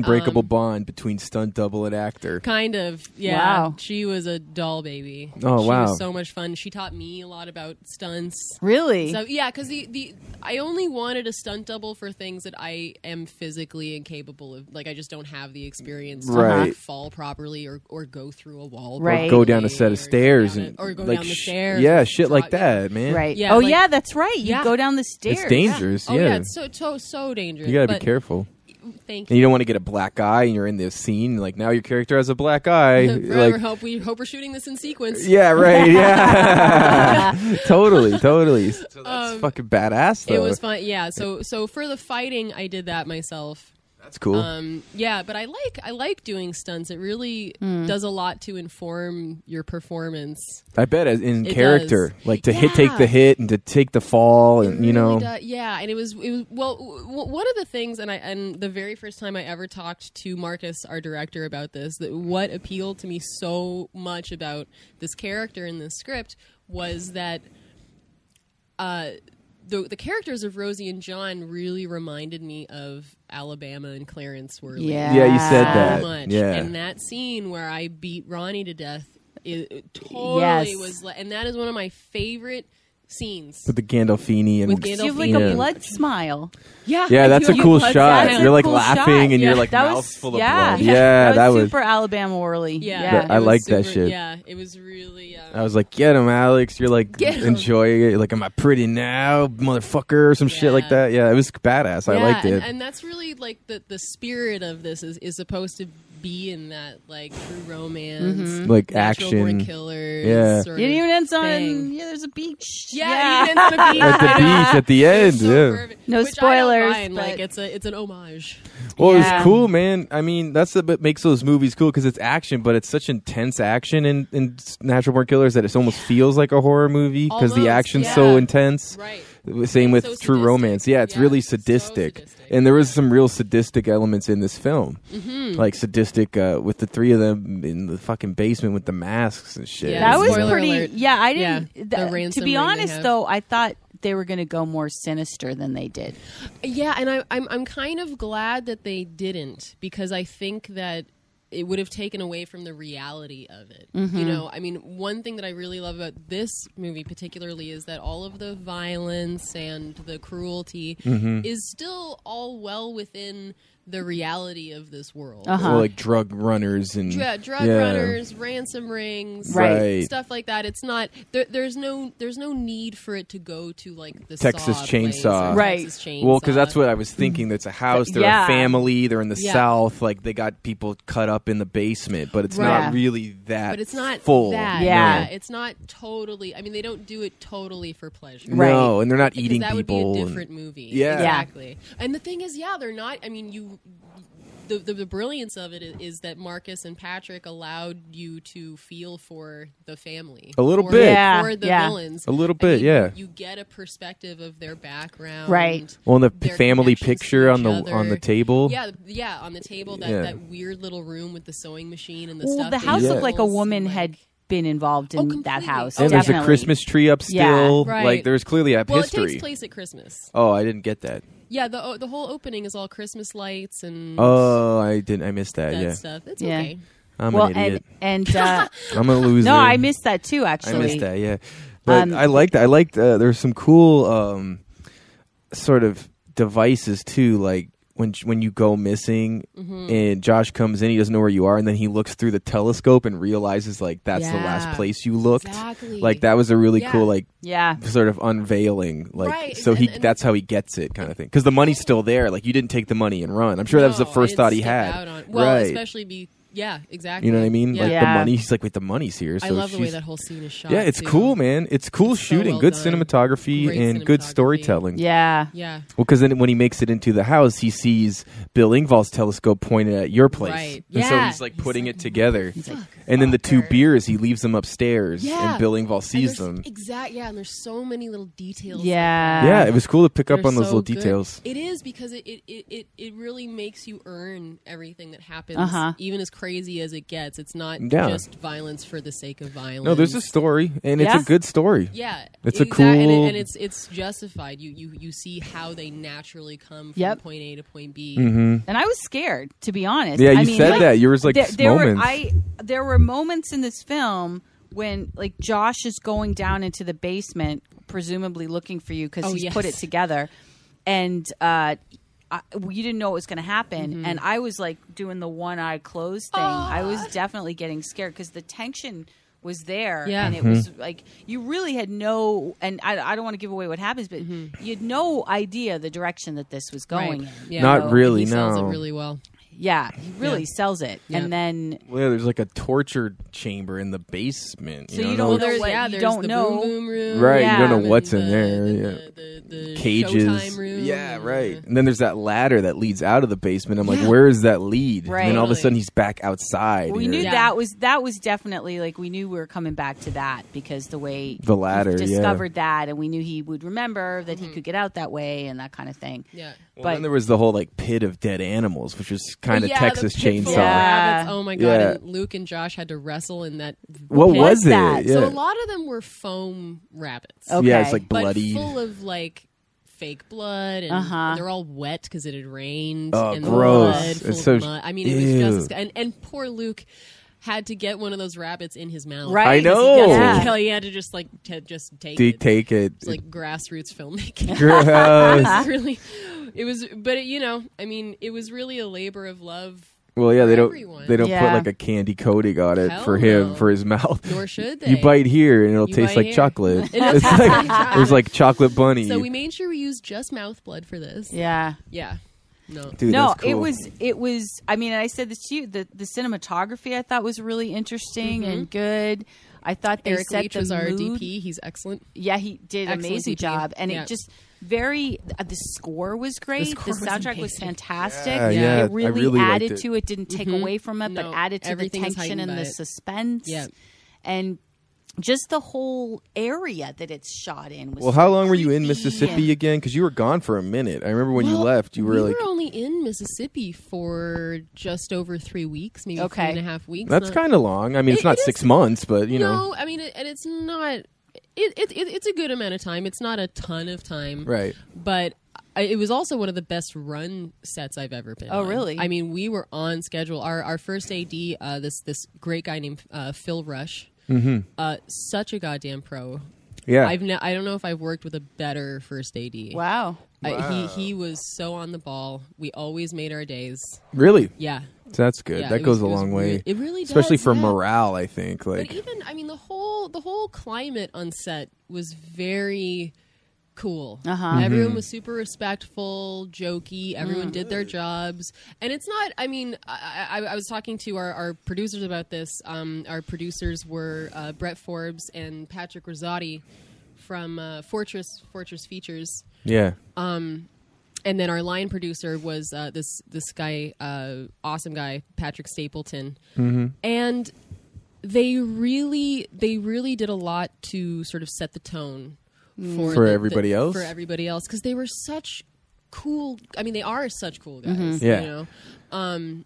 [SPEAKER 1] Unbreakable bond between stunt double and actor.
[SPEAKER 3] Kind of. Yeah.
[SPEAKER 2] Wow.
[SPEAKER 3] She was a doll baby.
[SPEAKER 1] Oh,
[SPEAKER 3] she
[SPEAKER 1] wow.
[SPEAKER 3] was so much fun. She taught me a lot about stunts.
[SPEAKER 2] Really?
[SPEAKER 3] So yeah, because the, the I only wanted a stunt double for things that I am physically incapable of. Like I just don't have the experience to like,
[SPEAKER 1] Right.
[SPEAKER 3] fall properly or, or go through a wall.
[SPEAKER 2] Right.
[SPEAKER 1] Go down a
[SPEAKER 3] properly
[SPEAKER 1] set
[SPEAKER 3] or
[SPEAKER 1] of stairs
[SPEAKER 3] down a-
[SPEAKER 1] and
[SPEAKER 3] or go
[SPEAKER 1] like
[SPEAKER 3] down the
[SPEAKER 1] sh-
[SPEAKER 3] stairs.
[SPEAKER 1] yeah,
[SPEAKER 3] or
[SPEAKER 1] shit like
[SPEAKER 3] drop- yeah.
[SPEAKER 1] that, man.
[SPEAKER 2] right.
[SPEAKER 3] Yeah,
[SPEAKER 2] oh
[SPEAKER 3] like-
[SPEAKER 2] yeah, that's right. You
[SPEAKER 3] Yeah.
[SPEAKER 2] go down the stairs.
[SPEAKER 1] It's dangerous.
[SPEAKER 3] Oh
[SPEAKER 1] yeah,
[SPEAKER 3] yeah, it's so so so dangerous.
[SPEAKER 1] you gotta
[SPEAKER 3] but
[SPEAKER 1] be careful.
[SPEAKER 3] Thank
[SPEAKER 1] And
[SPEAKER 3] you.
[SPEAKER 1] you don't want to get a black eye, and you're in this scene. Like now, your character has a black eye.
[SPEAKER 3] (laughs) Forever
[SPEAKER 1] like,
[SPEAKER 3] hope we hope we're shooting this in sequence.
[SPEAKER 1] yeah, right.
[SPEAKER 3] (laughs)
[SPEAKER 1] Yeah, (laughs) totally, totally. So that's
[SPEAKER 3] Um,
[SPEAKER 1] fucking badass. Though
[SPEAKER 3] It was fun. Yeah. So so for the fighting, I did that myself.
[SPEAKER 1] that's cool.
[SPEAKER 3] Um, yeah, but I like I like doing stunts. It really
[SPEAKER 1] Hmm.
[SPEAKER 3] does a lot to inform your performance.
[SPEAKER 1] I bet as in
[SPEAKER 3] It
[SPEAKER 1] character,
[SPEAKER 3] does.
[SPEAKER 1] like to hit, take
[SPEAKER 3] Yeah.
[SPEAKER 1] the hit, and to take the fall, and you
[SPEAKER 3] It really
[SPEAKER 1] know,
[SPEAKER 3] does- yeah and it was it was well w- w- one of the things and i and the very first time i ever talked to marcus our director about this that what appealed to me so much about this character in this script was that uh the, the characters of Rosie and John really reminded me of Alabama and Clarence Worley
[SPEAKER 2] Yeah.
[SPEAKER 1] yeah, you said
[SPEAKER 2] So
[SPEAKER 1] that.
[SPEAKER 3] so much.
[SPEAKER 1] Yeah,
[SPEAKER 3] And that scene where I beat Ronnie to death it, it totally
[SPEAKER 2] Yes.
[SPEAKER 3] was like, and that is one of my favorite scenes.
[SPEAKER 1] with the Gandolfini and
[SPEAKER 3] With
[SPEAKER 2] You have
[SPEAKER 3] Gandolfini.
[SPEAKER 2] like a
[SPEAKER 1] Yeah.
[SPEAKER 2] blood smile.
[SPEAKER 3] yeah,
[SPEAKER 1] Yeah,
[SPEAKER 3] I
[SPEAKER 1] that's
[SPEAKER 3] do
[SPEAKER 1] a
[SPEAKER 3] have
[SPEAKER 1] cool
[SPEAKER 3] blood
[SPEAKER 1] shot.
[SPEAKER 3] splatter.
[SPEAKER 2] That's a
[SPEAKER 1] You're like
[SPEAKER 2] cool shot.
[SPEAKER 1] laughing and
[SPEAKER 3] Yeah.
[SPEAKER 1] you're like
[SPEAKER 2] That was-
[SPEAKER 1] mouths full of
[SPEAKER 2] yeah,
[SPEAKER 1] blood. Yeah, that was.
[SPEAKER 2] super Alabama Orly.
[SPEAKER 3] Yeah,
[SPEAKER 2] Yeah.
[SPEAKER 1] I
[SPEAKER 3] it was
[SPEAKER 1] like that
[SPEAKER 3] super-
[SPEAKER 1] shit.
[SPEAKER 3] Yeah, it was really. Um,
[SPEAKER 1] I was like, "Get him, Alex!" You're like,
[SPEAKER 3] Get 'em.
[SPEAKER 1] enjoying it. You're like, "Am I pretty now, motherfucker?" Or some shit like
[SPEAKER 3] Yeah.
[SPEAKER 1] that. Yeah, it was badass. I
[SPEAKER 3] yeah,
[SPEAKER 1] liked it.
[SPEAKER 3] And, and that's really like the the spirit of this is is supposed to be in that like true romance,
[SPEAKER 1] like
[SPEAKER 3] natural born
[SPEAKER 1] action
[SPEAKER 3] killers.
[SPEAKER 1] Yeah.
[SPEAKER 3] sort
[SPEAKER 2] It
[SPEAKER 3] of
[SPEAKER 2] Mm-hmm. even ends on
[SPEAKER 3] thing.
[SPEAKER 2] yeah. There's a beach.
[SPEAKER 3] Yeah, it ends on a beach.
[SPEAKER 1] at the
[SPEAKER 3] I know.
[SPEAKER 1] beach at
[SPEAKER 3] (laughs)
[SPEAKER 1] the end.
[SPEAKER 3] It's so
[SPEAKER 1] yeah.
[SPEAKER 3] perfect.
[SPEAKER 2] No
[SPEAKER 3] Which I don't
[SPEAKER 2] spoilers,
[SPEAKER 3] mind,
[SPEAKER 2] but-
[SPEAKER 3] Like it's a it's an homage.
[SPEAKER 1] Well, it
[SPEAKER 2] Yeah.
[SPEAKER 1] was cool, man. I mean, that's the- what makes those movies cool because it's action, but it's such intense action in, in Natural Born Killers that it almost feels like a horror movie because
[SPEAKER 3] Almost,
[SPEAKER 1] the action's so
[SPEAKER 3] yeah.
[SPEAKER 1] intense.
[SPEAKER 3] Right.
[SPEAKER 1] Same with
[SPEAKER 3] so
[SPEAKER 1] True
[SPEAKER 3] sadistic.
[SPEAKER 1] Romance. Yeah, it's
[SPEAKER 3] Yeah,
[SPEAKER 1] really
[SPEAKER 3] so
[SPEAKER 1] sadistic.
[SPEAKER 3] sadistic.
[SPEAKER 1] And there was some real sadistic elements in this film, mm-hmm. like sadistic uh, with the three of them in the fucking basement with the masks and shit.
[SPEAKER 3] Yeah,
[SPEAKER 2] (laughs) That was
[SPEAKER 3] Spoiler
[SPEAKER 2] pretty.
[SPEAKER 3] alert.
[SPEAKER 2] Yeah, I
[SPEAKER 3] Yeah,
[SPEAKER 2] didn't.
[SPEAKER 3] the
[SPEAKER 2] th-
[SPEAKER 3] ransom
[SPEAKER 2] to
[SPEAKER 3] ring
[SPEAKER 2] be
[SPEAKER 3] they
[SPEAKER 2] honest,
[SPEAKER 3] have.
[SPEAKER 2] though, I thought they were going to go more sinister than they did.
[SPEAKER 3] Yeah, and I, I'm I'm kind of glad that they didn't because I think that it would have taken away from the reality of it.
[SPEAKER 2] Mm-hmm.
[SPEAKER 3] You know, I mean, one thing that I really love about this movie particularly is that all of the violence and the cruelty
[SPEAKER 1] Mm-hmm.
[SPEAKER 3] is still all well within the reality of this world.
[SPEAKER 2] Uh-huh.
[SPEAKER 1] Or like drug runners and
[SPEAKER 3] Dra- drug
[SPEAKER 1] Yeah.
[SPEAKER 3] runners, ransom rings,
[SPEAKER 1] Right.
[SPEAKER 3] Stuff like that. It's not there, there's no there's no need for it to go to like the
[SPEAKER 1] Texas
[SPEAKER 3] Saw place
[SPEAKER 1] Chainsaw.
[SPEAKER 3] or
[SPEAKER 2] Right.
[SPEAKER 3] Texas Chainsaw.
[SPEAKER 1] Well, because that's what I was thinking. That's a house. They're
[SPEAKER 2] Yeah.
[SPEAKER 1] a family. They're in the
[SPEAKER 3] Yeah.
[SPEAKER 1] south. Like they got people cut up in the basement, but it's
[SPEAKER 2] Right.
[SPEAKER 1] not really that.
[SPEAKER 3] but it's not
[SPEAKER 1] full.
[SPEAKER 3] That.
[SPEAKER 2] Yeah.
[SPEAKER 3] Yeah. it's not totally. I mean, they don't do it totally for pleasure.
[SPEAKER 2] Right.
[SPEAKER 1] No, and they're not eating
[SPEAKER 3] that
[SPEAKER 1] people.
[SPEAKER 3] would be a
[SPEAKER 1] and-
[SPEAKER 3] different movie.
[SPEAKER 1] Yeah.
[SPEAKER 2] Yeah.
[SPEAKER 3] exactly. And the thing is, yeah, they're not. I mean, you. The, the, the brilliance of it is, is that Marcus and Patrick allowed you to feel for the family
[SPEAKER 1] A little
[SPEAKER 3] for-
[SPEAKER 1] bit.
[SPEAKER 2] Yeah,
[SPEAKER 3] for the
[SPEAKER 2] yeah.
[SPEAKER 3] villains
[SPEAKER 1] A little
[SPEAKER 3] I
[SPEAKER 1] bit,
[SPEAKER 3] mean,
[SPEAKER 1] yeah.
[SPEAKER 3] you get a perspective of their background
[SPEAKER 2] Right.
[SPEAKER 1] well, and the p-
[SPEAKER 3] their
[SPEAKER 1] family
[SPEAKER 3] connections to
[SPEAKER 1] picture on
[SPEAKER 3] each
[SPEAKER 1] the
[SPEAKER 3] other.
[SPEAKER 1] on the table.
[SPEAKER 3] yeah yeah on the table that,
[SPEAKER 1] Yeah.
[SPEAKER 3] that weird little room with the sewing machine and the
[SPEAKER 2] Well,
[SPEAKER 3] stuff
[SPEAKER 2] the
[SPEAKER 3] that
[SPEAKER 2] house
[SPEAKER 1] Yeah.
[SPEAKER 2] looked like a
[SPEAKER 3] pulls,
[SPEAKER 2] woman
[SPEAKER 3] like- Oh,
[SPEAKER 2] had been involved in that
[SPEAKER 3] completely.
[SPEAKER 2] house.
[SPEAKER 1] And there's
[SPEAKER 2] definitely.
[SPEAKER 1] a Christmas tree up
[SPEAKER 2] Yeah.
[SPEAKER 1] still.
[SPEAKER 3] Right.
[SPEAKER 1] Like there's clearly a
[SPEAKER 3] well
[SPEAKER 1] history.
[SPEAKER 3] it takes place at christmas
[SPEAKER 1] oh, I didn't get that.
[SPEAKER 3] yeah the o- the whole opening is all christmas lights and
[SPEAKER 1] Oh, I didn't. I missed that.
[SPEAKER 3] that
[SPEAKER 1] yeah,
[SPEAKER 3] stuff it's
[SPEAKER 2] Yeah.
[SPEAKER 3] okay
[SPEAKER 1] I'm
[SPEAKER 2] Well,
[SPEAKER 1] an idiot.
[SPEAKER 2] and
[SPEAKER 1] (laughs)
[SPEAKER 2] and uh,
[SPEAKER 1] I'm a
[SPEAKER 3] (laughs)
[SPEAKER 1] loser.
[SPEAKER 2] no, I missed that too. Actually,
[SPEAKER 1] I missed that, yeah. But
[SPEAKER 2] Um,
[SPEAKER 1] I liked I liked uh, there were some cool um, sort of devices too, like when when you go missing
[SPEAKER 3] Mm-hmm.
[SPEAKER 1] and Josh comes in, he doesn't know where you are, and then he looks through the telescope and realizes like that's the
[SPEAKER 3] Yeah.
[SPEAKER 1] last place you looked.
[SPEAKER 3] Exactly.
[SPEAKER 1] Like that was a really
[SPEAKER 3] Yeah.
[SPEAKER 1] cool like
[SPEAKER 2] Yeah,
[SPEAKER 1] sort of unveiling like
[SPEAKER 3] Right,
[SPEAKER 1] so he
[SPEAKER 3] and- and-
[SPEAKER 1] that's how he gets it kind of thing because the money's still there like you didn't take the money and run i'm sure that was the
[SPEAKER 3] No,
[SPEAKER 1] first
[SPEAKER 3] it
[SPEAKER 1] thought he
[SPEAKER 3] stuck
[SPEAKER 1] had
[SPEAKER 3] out on- well
[SPEAKER 1] right
[SPEAKER 3] especially be yeah exactly
[SPEAKER 1] you know what i mean
[SPEAKER 3] yeah.
[SPEAKER 1] like
[SPEAKER 2] Yeah.
[SPEAKER 1] the money he's like wait the money's here so
[SPEAKER 3] i love the way
[SPEAKER 1] she's-
[SPEAKER 3] that whole scene is shot
[SPEAKER 1] yeah, it's
[SPEAKER 3] too.
[SPEAKER 1] cool, man. It's cool
[SPEAKER 3] It's so
[SPEAKER 1] shooting,
[SPEAKER 3] well
[SPEAKER 1] good
[SPEAKER 3] done.
[SPEAKER 1] cinematography,
[SPEAKER 3] Great
[SPEAKER 1] and good
[SPEAKER 3] cinematography.
[SPEAKER 1] storytelling.
[SPEAKER 2] yeah,
[SPEAKER 3] yeah
[SPEAKER 1] Well, because then when he makes it into the house, he sees Bill Ingvall's telescope pointed at your place,
[SPEAKER 3] Right.
[SPEAKER 1] and so
[SPEAKER 3] Yeah.
[SPEAKER 1] he's like
[SPEAKER 3] He's
[SPEAKER 1] putting
[SPEAKER 3] like,
[SPEAKER 1] it together. and then the two
[SPEAKER 3] fucker.
[SPEAKER 1] beers, he leaves them upstairs,
[SPEAKER 3] Yeah.
[SPEAKER 1] and Bill Ingvall sees
[SPEAKER 3] And there's-
[SPEAKER 1] them.
[SPEAKER 3] e-, exact yeah and there's so many little details
[SPEAKER 2] yeah,
[SPEAKER 1] Yeah, it was cool to pick up
[SPEAKER 3] They're
[SPEAKER 1] on those
[SPEAKER 3] so
[SPEAKER 1] little
[SPEAKER 3] good.
[SPEAKER 1] details.
[SPEAKER 3] It is because it it, it, it, it really makes you earn everything that happens,
[SPEAKER 2] Uh-huh.
[SPEAKER 3] even as crazy as it gets. It's not
[SPEAKER 1] Yeah.
[SPEAKER 3] just violence for the sake of violence.
[SPEAKER 1] No, there's a story, and
[SPEAKER 2] Yeah.
[SPEAKER 1] it's a good story.
[SPEAKER 3] yeah,
[SPEAKER 1] It's a
[SPEAKER 3] exact- and,
[SPEAKER 1] cool-
[SPEAKER 3] it, and it's it's justified. You you you see how they naturally come from
[SPEAKER 2] Yep.
[SPEAKER 3] point A to point B.
[SPEAKER 1] Mm-hmm.
[SPEAKER 2] And I was scared, to be honest.
[SPEAKER 1] Yeah,
[SPEAKER 2] I
[SPEAKER 1] you
[SPEAKER 2] mean,
[SPEAKER 1] said
[SPEAKER 2] like,
[SPEAKER 1] that. You was like
[SPEAKER 2] there, there were
[SPEAKER 1] moments.
[SPEAKER 2] I there were moments in this film when like Josh is going down into the basement, presumably looking for you because
[SPEAKER 3] Oh,
[SPEAKER 2] he's
[SPEAKER 3] yes.
[SPEAKER 2] put it together, and uh, I, you didn't know what was going to happen,
[SPEAKER 3] Mm-hmm.
[SPEAKER 2] and I was like doing the one eye closed thing. I was
[SPEAKER 3] Ah.
[SPEAKER 2] definitely getting scared because the tension was there
[SPEAKER 3] Yeah.
[SPEAKER 2] and it
[SPEAKER 1] Mm-hmm.
[SPEAKER 2] was like you really had no and i, I don't want to give away what happens but you had no idea the direction that this was going
[SPEAKER 3] Mm-hmm. Right.
[SPEAKER 2] in
[SPEAKER 3] Yeah.
[SPEAKER 1] Not
[SPEAKER 2] So-
[SPEAKER 1] really,
[SPEAKER 3] he sells it
[SPEAKER 1] no.
[SPEAKER 3] really well.
[SPEAKER 2] yeah, he really sells it,
[SPEAKER 3] Yeah.
[SPEAKER 2] and then
[SPEAKER 1] Well, yeah, there's like a torture chamber in the basement.
[SPEAKER 2] So
[SPEAKER 1] know?
[SPEAKER 2] you don't
[SPEAKER 1] It's-
[SPEAKER 2] know
[SPEAKER 3] there's,
[SPEAKER 2] what-
[SPEAKER 3] yeah,
[SPEAKER 2] you
[SPEAKER 3] there's
[SPEAKER 2] don't
[SPEAKER 3] the
[SPEAKER 2] know.
[SPEAKER 3] boom boom room,
[SPEAKER 1] Right,
[SPEAKER 2] you don't know
[SPEAKER 3] and
[SPEAKER 1] what's in
[SPEAKER 3] the-
[SPEAKER 1] there,
[SPEAKER 3] the-
[SPEAKER 1] yeah.
[SPEAKER 3] the, the, the
[SPEAKER 1] cages.
[SPEAKER 3] Showtime room,
[SPEAKER 1] Yeah,
[SPEAKER 3] and
[SPEAKER 1] right.
[SPEAKER 3] the-
[SPEAKER 1] And then there's that ladder that leads out of the basement. I'm like,
[SPEAKER 3] Yeah.
[SPEAKER 1] where is that lead? And then all of a
[SPEAKER 3] Right.
[SPEAKER 1] sudden he's back outside.
[SPEAKER 2] we
[SPEAKER 1] You're-
[SPEAKER 2] knew
[SPEAKER 3] Yeah.
[SPEAKER 2] that was that was definitely like we knew we were coming back to that because the way
[SPEAKER 1] The ladder,
[SPEAKER 2] he
[SPEAKER 1] yeah.
[SPEAKER 2] discovered that, and we knew he would remember that
[SPEAKER 3] Mm-hmm.
[SPEAKER 2] he could get out that way and that kind of thing.
[SPEAKER 3] Yeah.
[SPEAKER 1] Well,
[SPEAKER 2] but-
[SPEAKER 1] then there was the whole like pit of dead animals, which was kind of
[SPEAKER 3] Yeah,
[SPEAKER 1] Texas
[SPEAKER 3] the pit
[SPEAKER 1] Chainsaw.
[SPEAKER 3] full of
[SPEAKER 2] Yeah.
[SPEAKER 3] rabbits. Oh my god!
[SPEAKER 1] Yeah.
[SPEAKER 3] And Luke and Josh had to wrestle in that.
[SPEAKER 1] What
[SPEAKER 3] pit.
[SPEAKER 1] was it?
[SPEAKER 2] that?
[SPEAKER 1] Yeah.
[SPEAKER 3] So a lot of them were foam rabbits,
[SPEAKER 2] Okay.
[SPEAKER 1] yeah, it's like
[SPEAKER 3] but
[SPEAKER 1] bloody.
[SPEAKER 3] full of like fake blood, and
[SPEAKER 2] Uh-huh.
[SPEAKER 3] they're all wet because it had rained.
[SPEAKER 1] Oh,
[SPEAKER 3] and the
[SPEAKER 1] gross.
[SPEAKER 3] Blood,
[SPEAKER 1] It's
[SPEAKER 3] full of
[SPEAKER 1] so-
[SPEAKER 3] mud. I mean, it was
[SPEAKER 1] Ew.
[SPEAKER 3] just and and poor Luke. had to get one of those rabbits in his mouth.
[SPEAKER 2] Right.
[SPEAKER 1] I know.
[SPEAKER 3] That's
[SPEAKER 2] Yeah.
[SPEAKER 3] what Kelly had to just like t- just take
[SPEAKER 1] They
[SPEAKER 3] it.
[SPEAKER 1] take it.
[SPEAKER 3] It's like grassroots filmmaking. (laughs) it
[SPEAKER 1] Gross.
[SPEAKER 2] (laughs)
[SPEAKER 3] was really, it was, but it, you know, I mean, it was really a labor of love.
[SPEAKER 1] (laughs) Well, yeah,
[SPEAKER 3] for
[SPEAKER 1] they don't.
[SPEAKER 3] everyone.
[SPEAKER 1] They don't
[SPEAKER 2] Yeah.
[SPEAKER 1] put like a candy coating on it
[SPEAKER 3] Hell
[SPEAKER 1] for him
[SPEAKER 3] no.
[SPEAKER 1] for his mouth.
[SPEAKER 3] Nor should
[SPEAKER 1] You
[SPEAKER 3] they.
[SPEAKER 1] bite here and it'll
[SPEAKER 3] You
[SPEAKER 1] taste
[SPEAKER 3] bite
[SPEAKER 1] like
[SPEAKER 3] here. (laughs)
[SPEAKER 1] chocolate.
[SPEAKER 3] It'll
[SPEAKER 1] it's
[SPEAKER 3] taste like
[SPEAKER 1] like
[SPEAKER 3] chocolate.
[SPEAKER 1] it was like chocolate bunny.
[SPEAKER 3] So we made sure we used just mouth blood for this.
[SPEAKER 2] Yeah.
[SPEAKER 3] Yeah. No.
[SPEAKER 1] Dude,
[SPEAKER 2] no,
[SPEAKER 1] that's cool.
[SPEAKER 2] it was it was. I mean, I said this to you. The the cinematography I thought was really interesting and good. I thought they
[SPEAKER 3] Mm-hmm. Eric
[SPEAKER 2] set
[SPEAKER 3] Leach
[SPEAKER 2] the
[SPEAKER 3] was our
[SPEAKER 2] mood.
[SPEAKER 3] DP. He's excellent.
[SPEAKER 2] Yeah, he did an
[SPEAKER 3] Excellent
[SPEAKER 2] amazing
[SPEAKER 3] DP.
[SPEAKER 2] job, and
[SPEAKER 3] Yeah.
[SPEAKER 2] it just very. Uh, the score was great. The,
[SPEAKER 3] score was
[SPEAKER 2] soundtrack was,
[SPEAKER 3] amazing.
[SPEAKER 2] fantastic.
[SPEAKER 1] Yeah,
[SPEAKER 3] Yeah. yeah,
[SPEAKER 1] I
[SPEAKER 2] it really,
[SPEAKER 1] really liked
[SPEAKER 2] added
[SPEAKER 1] it.
[SPEAKER 2] to it. Didn't take away from it,
[SPEAKER 3] Mm-hmm. No,
[SPEAKER 2] but added to the
[SPEAKER 3] everything was
[SPEAKER 2] tension
[SPEAKER 3] heightened
[SPEAKER 2] and
[SPEAKER 3] by
[SPEAKER 2] the
[SPEAKER 3] it.
[SPEAKER 2] suspense.
[SPEAKER 3] Yeah.
[SPEAKER 2] and just the whole area that it's shot in was.
[SPEAKER 1] Well, how long were you in
[SPEAKER 2] creepy
[SPEAKER 1] Mississippi again? Because you were gone for a minute. I remember when you
[SPEAKER 3] Well,
[SPEAKER 1] left, you were
[SPEAKER 3] we
[SPEAKER 1] like,
[SPEAKER 3] were only in Mississippi for just over three weeks, maybe
[SPEAKER 2] Okay.
[SPEAKER 3] three and a half weeks.
[SPEAKER 1] "That's
[SPEAKER 3] Not-
[SPEAKER 1] kind of long." I mean, it's
[SPEAKER 3] It-
[SPEAKER 1] not
[SPEAKER 3] it
[SPEAKER 1] six
[SPEAKER 3] is-
[SPEAKER 1] months, but you know,
[SPEAKER 3] No, I mean, it, and it's not. It, it, it it's a good amount of time. It's not a ton of time,
[SPEAKER 1] right?
[SPEAKER 3] But I, it was also one of the best run sets I've ever been.
[SPEAKER 2] Oh,
[SPEAKER 3] on.
[SPEAKER 2] really?
[SPEAKER 3] I mean, we were on schedule. Our our first AD, uh, this this great guy named uh, Phil Rush, mm-hmm. uh, such a goddamn pro.
[SPEAKER 1] Yeah,
[SPEAKER 3] I've ne- I don't know if I've worked with a better first AD.
[SPEAKER 2] Wow.
[SPEAKER 3] I, he he was so on the ball. We always made our days.
[SPEAKER 1] really.
[SPEAKER 3] Yeah,
[SPEAKER 1] So that's good.
[SPEAKER 3] yeah,
[SPEAKER 1] that
[SPEAKER 3] it
[SPEAKER 1] goes
[SPEAKER 3] was-
[SPEAKER 1] a
[SPEAKER 3] it was
[SPEAKER 1] long
[SPEAKER 3] re-
[SPEAKER 1] way,
[SPEAKER 3] it really, does,
[SPEAKER 1] especially for
[SPEAKER 3] yeah.
[SPEAKER 1] morale. I think
[SPEAKER 3] But
[SPEAKER 1] like
[SPEAKER 3] even I mean the whole the whole climate on set was very cool.
[SPEAKER 2] Uh-huh.
[SPEAKER 1] Mm-hmm.
[SPEAKER 3] Everyone was super respectful, jokey. Everyone did their jobs, and it's not. I mean, I, I, I was talking to our, our producers about this. Um, our producers were uh, Brett Forbes and Patrick Rosati from uh, Fortress Fortress Features
[SPEAKER 1] yeah,
[SPEAKER 3] uh, and then our line producer was uh, this this guy, uh, awesome guy, Patrick Stapleton,
[SPEAKER 1] Mm-hmm.
[SPEAKER 3] and they really they really did a lot to sort of set the tone for
[SPEAKER 1] For
[SPEAKER 3] the-
[SPEAKER 1] everybody
[SPEAKER 3] the-
[SPEAKER 1] else?
[SPEAKER 3] for everybody else because they were such cool. I mean, they are such cool guys.
[SPEAKER 1] Yeah.
[SPEAKER 3] You know? Um,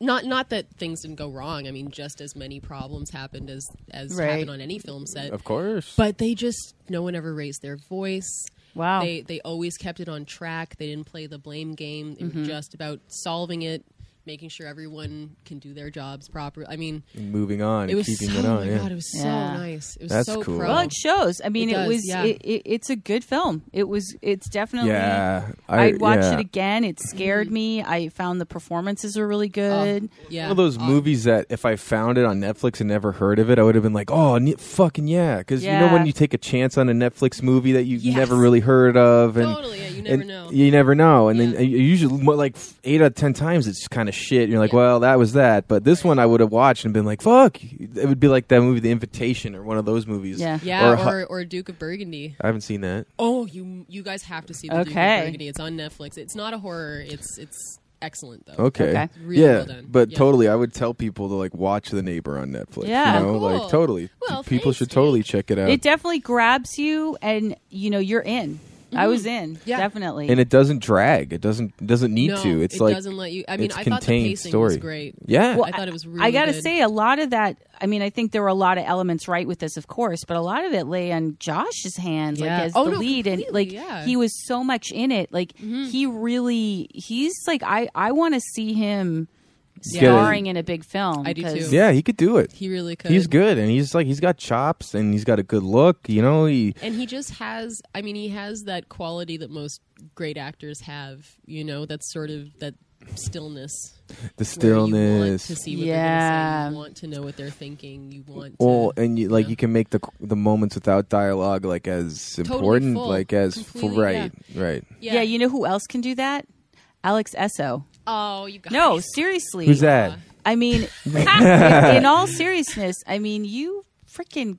[SPEAKER 3] not not that things didn't go wrong. I mean, just as many problems happened as as
[SPEAKER 2] Right.
[SPEAKER 3] happened on any film set.
[SPEAKER 1] of course.
[SPEAKER 3] But they just no one ever raised their voice.
[SPEAKER 2] Wow.
[SPEAKER 3] They they always kept it on track. They didn't play the blame game. They were just about solving it, making sure everyone can do their jobs properly. I mean,
[SPEAKER 1] moving on,
[SPEAKER 3] it
[SPEAKER 1] and
[SPEAKER 3] was
[SPEAKER 1] keeping
[SPEAKER 3] so
[SPEAKER 1] it
[SPEAKER 3] oh
[SPEAKER 1] on.
[SPEAKER 3] my
[SPEAKER 1] yeah.
[SPEAKER 3] god, it was so
[SPEAKER 2] Yeah.
[SPEAKER 3] nice. It was
[SPEAKER 1] That's
[SPEAKER 3] so
[SPEAKER 1] cool.
[SPEAKER 3] pro.
[SPEAKER 2] Well, it shows. I mean,
[SPEAKER 3] Oh. It
[SPEAKER 2] it,
[SPEAKER 3] does,
[SPEAKER 2] was.
[SPEAKER 3] yeah.
[SPEAKER 2] It, it, it's a good film. It was. It's definitely.
[SPEAKER 1] Yeah, I-
[SPEAKER 2] I, watched
[SPEAKER 1] yeah.
[SPEAKER 2] it again. It scared
[SPEAKER 3] Mm-hmm.
[SPEAKER 2] me. I found the performances are
[SPEAKER 3] Oh.
[SPEAKER 2] really good.
[SPEAKER 3] yeah.
[SPEAKER 1] One of those movies that if I found it on Netflix and never heard of it, I would have been like, "Oh, ne- fucking yeah!" Because you know
[SPEAKER 2] Yeah.
[SPEAKER 1] when you take a chance on a Netflix movie that you
[SPEAKER 3] Yes.
[SPEAKER 1] never really heard of, and
[SPEAKER 3] Totally, yeah, you never
[SPEAKER 1] and
[SPEAKER 3] know.
[SPEAKER 1] you never know, and then
[SPEAKER 3] Yeah.
[SPEAKER 1] uh, you usually mo- like f- eight out of ten times it's kind of shit. And you're like,
[SPEAKER 3] Yeah.
[SPEAKER 1] "Well, that was that," but this one I would have watched and been like, "Fuck!" It would be like that movie, The Invitation, or one of those movies.
[SPEAKER 2] Yeah.
[SPEAKER 3] yeah,
[SPEAKER 1] Or,
[SPEAKER 3] or, or, Duke of Burgundy.
[SPEAKER 1] I haven't seen that.
[SPEAKER 3] Oh, you you guys have to see the Duke
[SPEAKER 2] Okay.
[SPEAKER 3] of Burgundy. It's on Netflix. It's not a horror. It's it's excellent though.
[SPEAKER 1] Okay.
[SPEAKER 2] Okay.
[SPEAKER 3] Really
[SPEAKER 1] yeah,
[SPEAKER 3] well done.
[SPEAKER 1] but
[SPEAKER 3] Yeah.
[SPEAKER 1] totally, I would tell people to like watch The Neighbor on Netflix.
[SPEAKER 2] Yeah.
[SPEAKER 1] you know,
[SPEAKER 3] Oh, cool.
[SPEAKER 1] like totally.
[SPEAKER 3] Well,
[SPEAKER 1] people
[SPEAKER 3] thanks,
[SPEAKER 1] should
[SPEAKER 3] Nick.
[SPEAKER 1] totally check it out.
[SPEAKER 2] It definitely grabs you, and you know you're in. I was in.
[SPEAKER 3] Mm-hmm. Yeah.
[SPEAKER 2] Definitely.
[SPEAKER 1] and it doesn't drag. It doesn't it doesn't need
[SPEAKER 3] no,
[SPEAKER 1] to. It's
[SPEAKER 3] it
[SPEAKER 1] like
[SPEAKER 3] doesn't let you. I mean,
[SPEAKER 1] it's
[SPEAKER 3] I thought the
[SPEAKER 1] contained
[SPEAKER 3] pacing
[SPEAKER 1] story.
[SPEAKER 3] was great.
[SPEAKER 1] yeah,
[SPEAKER 3] I thought it was really
[SPEAKER 2] I gotta
[SPEAKER 3] good.
[SPEAKER 2] say, a lot of that. I mean, I think there were a lot of elements right with this, of course, but a lot of it lay on Josh's hands,
[SPEAKER 3] Yeah.
[SPEAKER 2] like as
[SPEAKER 3] Oh,
[SPEAKER 2] the
[SPEAKER 3] no,
[SPEAKER 2] lead, and
[SPEAKER 3] completely,
[SPEAKER 2] like
[SPEAKER 3] yeah. Mm-hmm.
[SPEAKER 2] he was so much in it. Like he really, he's like I. I want to see him
[SPEAKER 3] Yeah.
[SPEAKER 2] starring in a big film.
[SPEAKER 3] I do,
[SPEAKER 2] 'cause-
[SPEAKER 3] too.
[SPEAKER 1] yeah, he could do it.
[SPEAKER 3] he really could.
[SPEAKER 1] He's good, and he's like he's got chops, and he's got a good look. You know, he
[SPEAKER 3] and he just has i mean he has that quality that most great actors have you know that sort of that stillness
[SPEAKER 1] the
[SPEAKER 3] where you want
[SPEAKER 1] stillness.
[SPEAKER 3] to see what
[SPEAKER 2] Yeah.
[SPEAKER 3] they're gonna say. you want to know what they're thinking you want
[SPEAKER 1] Well,
[SPEAKER 3] to
[SPEAKER 1] and you, like
[SPEAKER 3] yeah.
[SPEAKER 1] you can make the the moments without dialogue like as important,
[SPEAKER 3] full.
[SPEAKER 1] like as full,
[SPEAKER 3] Completely,
[SPEAKER 1] right, right.
[SPEAKER 2] Yeah. you know who else can do that? Alex Esso.
[SPEAKER 3] oh you got
[SPEAKER 2] No, seriously.
[SPEAKER 1] Who's that? (laughs)
[SPEAKER 2] I mean, (laughs) in, in all seriousness, I mean, you freaking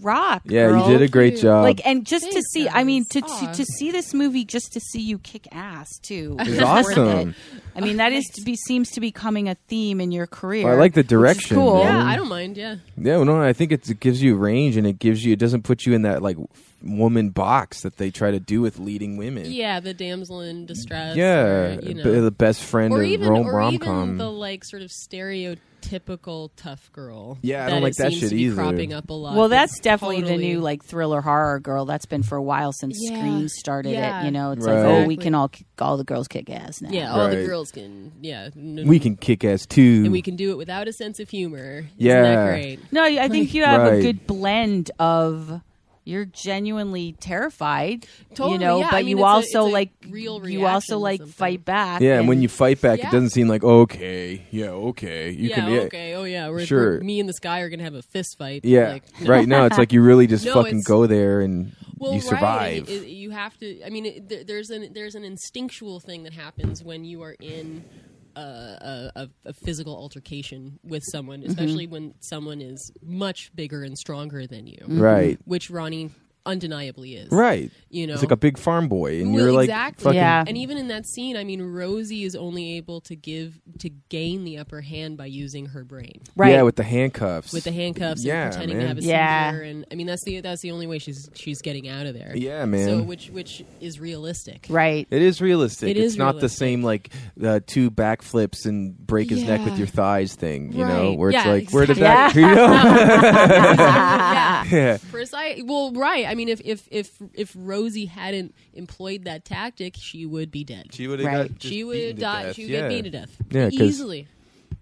[SPEAKER 2] rock.
[SPEAKER 1] Yeah,
[SPEAKER 2] girl.
[SPEAKER 1] you did a great
[SPEAKER 3] you.
[SPEAKER 1] job.
[SPEAKER 2] like and just to
[SPEAKER 3] Thanks,
[SPEAKER 2] see i mean to,
[SPEAKER 3] guys. Aw.
[SPEAKER 2] to to see this movie just to see you kick ass too
[SPEAKER 1] It's
[SPEAKER 2] is worth
[SPEAKER 1] awesome.
[SPEAKER 2] it. i mean that is to be seems to becoming a theme in your career
[SPEAKER 1] I like the
[SPEAKER 2] which is
[SPEAKER 1] direction,
[SPEAKER 2] cool.
[SPEAKER 1] man.
[SPEAKER 3] yeah i don't mind yeah
[SPEAKER 1] yeah, well, no, I think it's, it gives you range, and it gives you it doesn't put you in that like woman box that they try to do with leading women.
[SPEAKER 3] yeah the damsel in distress
[SPEAKER 1] yeah,
[SPEAKER 3] or,
[SPEAKER 1] b-
[SPEAKER 3] you know
[SPEAKER 1] the best friend
[SPEAKER 3] or
[SPEAKER 1] of
[SPEAKER 3] even
[SPEAKER 1] rom
[SPEAKER 3] or
[SPEAKER 1] rom
[SPEAKER 3] even
[SPEAKER 1] com.
[SPEAKER 3] the like sort of stereotypical typical tough girl.
[SPEAKER 1] Yeah, I don't like
[SPEAKER 3] it
[SPEAKER 1] that
[SPEAKER 3] seems
[SPEAKER 1] shit
[SPEAKER 3] to be
[SPEAKER 1] either.
[SPEAKER 3] Cropping up a lot.
[SPEAKER 2] Well, that's definitely
[SPEAKER 3] totally-
[SPEAKER 2] the new like thriller horror girl. That's been for a while since
[SPEAKER 3] Yeah.
[SPEAKER 2] Scream started
[SPEAKER 3] Yeah.
[SPEAKER 2] it. You know, it's like
[SPEAKER 1] Right.
[SPEAKER 2] oh, we
[SPEAKER 3] Exactly.
[SPEAKER 2] can all all the girls kick ass now.
[SPEAKER 3] yeah, all
[SPEAKER 1] Right.
[SPEAKER 3] the girls can. Yeah, n-
[SPEAKER 1] We can kick ass too.
[SPEAKER 3] and we can do it without a sense of humor. Isn't
[SPEAKER 1] Hmm. Yeah.
[SPEAKER 3] that great?
[SPEAKER 2] No, I think you have
[SPEAKER 1] Right.
[SPEAKER 2] a good blend of you're genuinely terrified,
[SPEAKER 3] Totally,
[SPEAKER 2] you know,
[SPEAKER 3] yeah.
[SPEAKER 2] but
[SPEAKER 3] I mean,
[SPEAKER 2] you
[SPEAKER 3] it's a-
[SPEAKER 2] also
[SPEAKER 3] it's a
[SPEAKER 2] like
[SPEAKER 3] real
[SPEAKER 2] you
[SPEAKER 3] reaction
[SPEAKER 2] also
[SPEAKER 3] to
[SPEAKER 2] like
[SPEAKER 3] something.
[SPEAKER 2] fight back.
[SPEAKER 1] yeah, and when you fight back,
[SPEAKER 3] Yeah.
[SPEAKER 1] it doesn't seem like okay, yeah, okay. You
[SPEAKER 3] yeah,
[SPEAKER 1] can, yeah,
[SPEAKER 3] okay, oh yeah, we're,
[SPEAKER 1] Sure.
[SPEAKER 3] we're- me and this guy are gonna have a fist fight.
[SPEAKER 1] yeah.
[SPEAKER 3] like,
[SPEAKER 1] right now it's like you really just
[SPEAKER 3] (laughs) No,
[SPEAKER 1] fucking
[SPEAKER 3] it's-
[SPEAKER 1] go there and
[SPEAKER 3] well,
[SPEAKER 1] you survive.
[SPEAKER 3] Right. It- it- you have to. I mean, it, there- there's an there's an instinctual thing that happens when you are in a, a, a, a physical altercation with someone,
[SPEAKER 1] Mm-hmm.
[SPEAKER 3] especially when someone is much bigger and stronger than you,
[SPEAKER 1] Right,
[SPEAKER 3] which Ronnie undeniably is.
[SPEAKER 1] Mm-hmm. right.
[SPEAKER 3] You know,
[SPEAKER 1] It's like a big farm boy, and
[SPEAKER 3] Well,
[SPEAKER 1] you're like
[SPEAKER 3] exactly.
[SPEAKER 1] fucking
[SPEAKER 2] Yeah.
[SPEAKER 3] And even in that scene, I mean, Rosie is only able to give to gain the upper hand by using her brain
[SPEAKER 2] Right.
[SPEAKER 1] yeah, with the handcuffs,
[SPEAKER 3] with the handcuffs
[SPEAKER 1] Yeah,
[SPEAKER 3] and pretending
[SPEAKER 1] man.
[SPEAKER 3] to have a
[SPEAKER 2] Yeah.
[SPEAKER 3] seizure. And I mean, that's the that's the only way she's she's getting out of there.
[SPEAKER 1] Yeah, man.
[SPEAKER 3] So which which is realistic,
[SPEAKER 2] right.
[SPEAKER 1] It is realistic.
[SPEAKER 3] It
[SPEAKER 1] it's
[SPEAKER 3] is
[SPEAKER 1] not the
[SPEAKER 3] realistic.
[SPEAKER 1] same like uh, two backflips and break his neck with
[SPEAKER 3] Yeah.
[SPEAKER 1] your thighs thing, you know,
[SPEAKER 3] Right.
[SPEAKER 1] where it's
[SPEAKER 3] Yeah,
[SPEAKER 1] like where did that (laughs)
[SPEAKER 2] exactly.
[SPEAKER 1] you
[SPEAKER 3] (laughs)
[SPEAKER 1] know?
[SPEAKER 3] yeah.
[SPEAKER 1] yeah.
[SPEAKER 3] Precise. Well, right. I mean, if if if if Rosie hadn't employed that tactic, she would be dead.
[SPEAKER 1] She would have
[SPEAKER 2] Right.
[SPEAKER 1] got just
[SPEAKER 3] She
[SPEAKER 1] beaten
[SPEAKER 3] would
[SPEAKER 1] to
[SPEAKER 3] die.
[SPEAKER 1] death.
[SPEAKER 3] She would
[SPEAKER 1] yeah.
[SPEAKER 3] get beaten to death.
[SPEAKER 1] Yeah, 'cause-
[SPEAKER 3] easily,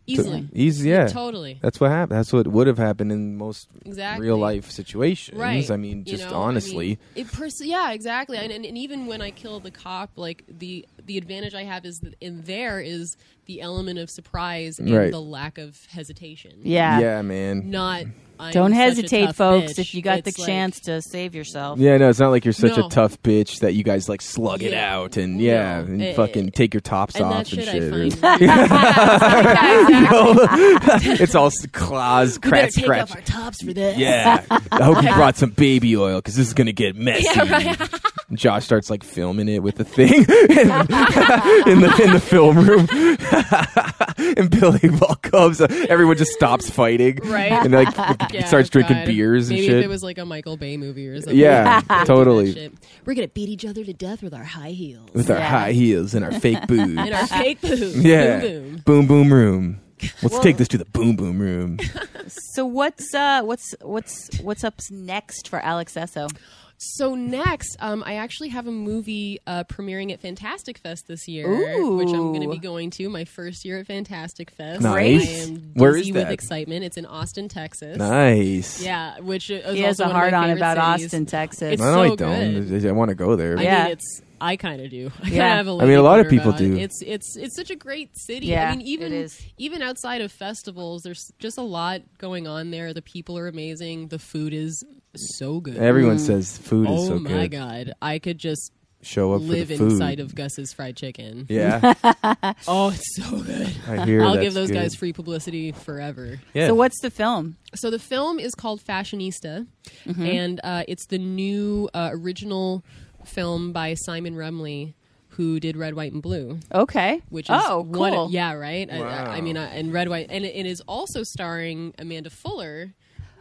[SPEAKER 3] easily,
[SPEAKER 1] Easy, yeah.
[SPEAKER 3] totally.
[SPEAKER 1] That's what happened. That's what would have happened in most
[SPEAKER 3] Exactly.
[SPEAKER 1] real life situations.
[SPEAKER 3] Right.
[SPEAKER 1] I mean,
[SPEAKER 3] You
[SPEAKER 1] just
[SPEAKER 3] know, I
[SPEAKER 1] honestly.
[SPEAKER 3] mean, it pers- yeah, exactly. And, and, and even when I kill the cop, like the the advantage I have is that in there is the element of surprise and
[SPEAKER 1] Right.
[SPEAKER 3] the lack of hesitation.
[SPEAKER 2] Yeah.
[SPEAKER 1] yeah, man.
[SPEAKER 3] Not. I'm
[SPEAKER 2] Don't
[SPEAKER 3] such a
[SPEAKER 2] hesitate,
[SPEAKER 3] tough
[SPEAKER 2] folks.
[SPEAKER 3] bitch.
[SPEAKER 2] If you got
[SPEAKER 3] It's
[SPEAKER 2] the
[SPEAKER 3] like-
[SPEAKER 2] chance to save yourself,
[SPEAKER 1] Yeah, no, it's not like you're such a
[SPEAKER 3] No.
[SPEAKER 1] tough bitch that you guys like slug it
[SPEAKER 3] Yeah.
[SPEAKER 1] out and yeah,
[SPEAKER 3] No.
[SPEAKER 1] and
[SPEAKER 3] Eh,
[SPEAKER 1] fucking take your tops
[SPEAKER 3] and that
[SPEAKER 1] off and
[SPEAKER 3] shit,
[SPEAKER 1] shit. (laughs)
[SPEAKER 3] I
[SPEAKER 1] or-
[SPEAKER 3] find. yeah, exactly.
[SPEAKER 1] (laughs) it's all s- claws,
[SPEAKER 3] We better
[SPEAKER 1] crack,
[SPEAKER 3] take
[SPEAKER 1] scratch.
[SPEAKER 3] off our tops for this.
[SPEAKER 1] Yeah. I hope you brought some baby oil because this is going to get messy.
[SPEAKER 3] Yeah, right.
[SPEAKER 1] And Josh starts like filming it with the thing (laughs) in, in the in the film room, (laughs) and Billy Ball comes. uh, Everyone just stops fighting,
[SPEAKER 3] Right.
[SPEAKER 1] And
[SPEAKER 3] (laughs)
[SPEAKER 1] like
[SPEAKER 3] Yeah,
[SPEAKER 1] starts drinking
[SPEAKER 3] God.
[SPEAKER 1] beers and
[SPEAKER 3] Maybe
[SPEAKER 1] shit.
[SPEAKER 3] if it was like a Michael Bay movie or something.
[SPEAKER 1] yeah,
[SPEAKER 3] (laughs) That
[SPEAKER 1] totally.
[SPEAKER 3] shit. We're gonna beat each other to death with our high heels
[SPEAKER 1] (laughs) With our
[SPEAKER 2] Yeah.
[SPEAKER 1] high heels and our
[SPEAKER 3] (laughs)
[SPEAKER 1] fake boobs.
[SPEAKER 3] and
[SPEAKER 2] (laughs)
[SPEAKER 3] our fake boobs.
[SPEAKER 1] yeah,
[SPEAKER 3] Boom, boom.
[SPEAKER 1] boom boom room. Let's take this to the boom boom
[SPEAKER 3] (laughs)
[SPEAKER 1] room.
[SPEAKER 2] So what's uh what's what's what's up next for Alex Esso?
[SPEAKER 3] So next, um, I actually have a movie uh, premiering at Fantastic Fest this year, which I'm going to be
[SPEAKER 2] Ooh.
[SPEAKER 3] going to. My first year at Fantastic Fest.
[SPEAKER 1] Nice.
[SPEAKER 3] I am
[SPEAKER 1] Where
[SPEAKER 3] dizzy
[SPEAKER 1] is
[SPEAKER 3] with
[SPEAKER 1] that?
[SPEAKER 3] excitement. It's in Austin, Texas.
[SPEAKER 1] Nice.
[SPEAKER 3] Yeah, which is
[SPEAKER 2] He has
[SPEAKER 3] also
[SPEAKER 2] a
[SPEAKER 3] one of my
[SPEAKER 2] hard on
[SPEAKER 3] favorite
[SPEAKER 2] about
[SPEAKER 3] cities.
[SPEAKER 2] Austin, Texas.
[SPEAKER 3] It's-
[SPEAKER 1] No, I
[SPEAKER 3] so
[SPEAKER 1] don't. I want to go there.
[SPEAKER 3] I
[SPEAKER 2] Yeah.
[SPEAKER 3] mean, it's I kind of do. (laughs) I kind
[SPEAKER 2] Yeah.
[SPEAKER 3] of have a.
[SPEAKER 1] I mean, a lot of
[SPEAKER 3] lady
[SPEAKER 1] people
[SPEAKER 3] boner about
[SPEAKER 1] do.
[SPEAKER 3] it. It's it's it's such a great city.
[SPEAKER 2] Yeah,
[SPEAKER 3] I mean, even
[SPEAKER 2] it is.
[SPEAKER 3] even outside of festivals, there's just a lot going on there. The people are amazing. The food is so good.
[SPEAKER 1] Everyone says food
[SPEAKER 3] oh
[SPEAKER 1] is so
[SPEAKER 3] my
[SPEAKER 1] good.
[SPEAKER 3] god, I could just
[SPEAKER 1] Show up
[SPEAKER 3] live
[SPEAKER 1] for the food.
[SPEAKER 3] inside of Gus's fried chicken. (laughs)
[SPEAKER 1] yeah,
[SPEAKER 3] Oh, it's so good.
[SPEAKER 1] I hear.
[SPEAKER 3] I'll
[SPEAKER 1] that's
[SPEAKER 3] give those
[SPEAKER 1] good.
[SPEAKER 3] guys free publicity forever.
[SPEAKER 1] Yeah.
[SPEAKER 2] So what's the film?
[SPEAKER 3] So the film is called Fashionista,
[SPEAKER 2] Mm-hmm.
[SPEAKER 3] and uh, it's the new uh, original film by Simon Remley, who did Red, White, and Blue,
[SPEAKER 2] Okay.
[SPEAKER 3] which is
[SPEAKER 2] oh cool.
[SPEAKER 3] one- yeah, right. I- I,
[SPEAKER 1] Wow.
[SPEAKER 3] I mean, uh, and Red, White, and it, it is also starring Amanda Fuller.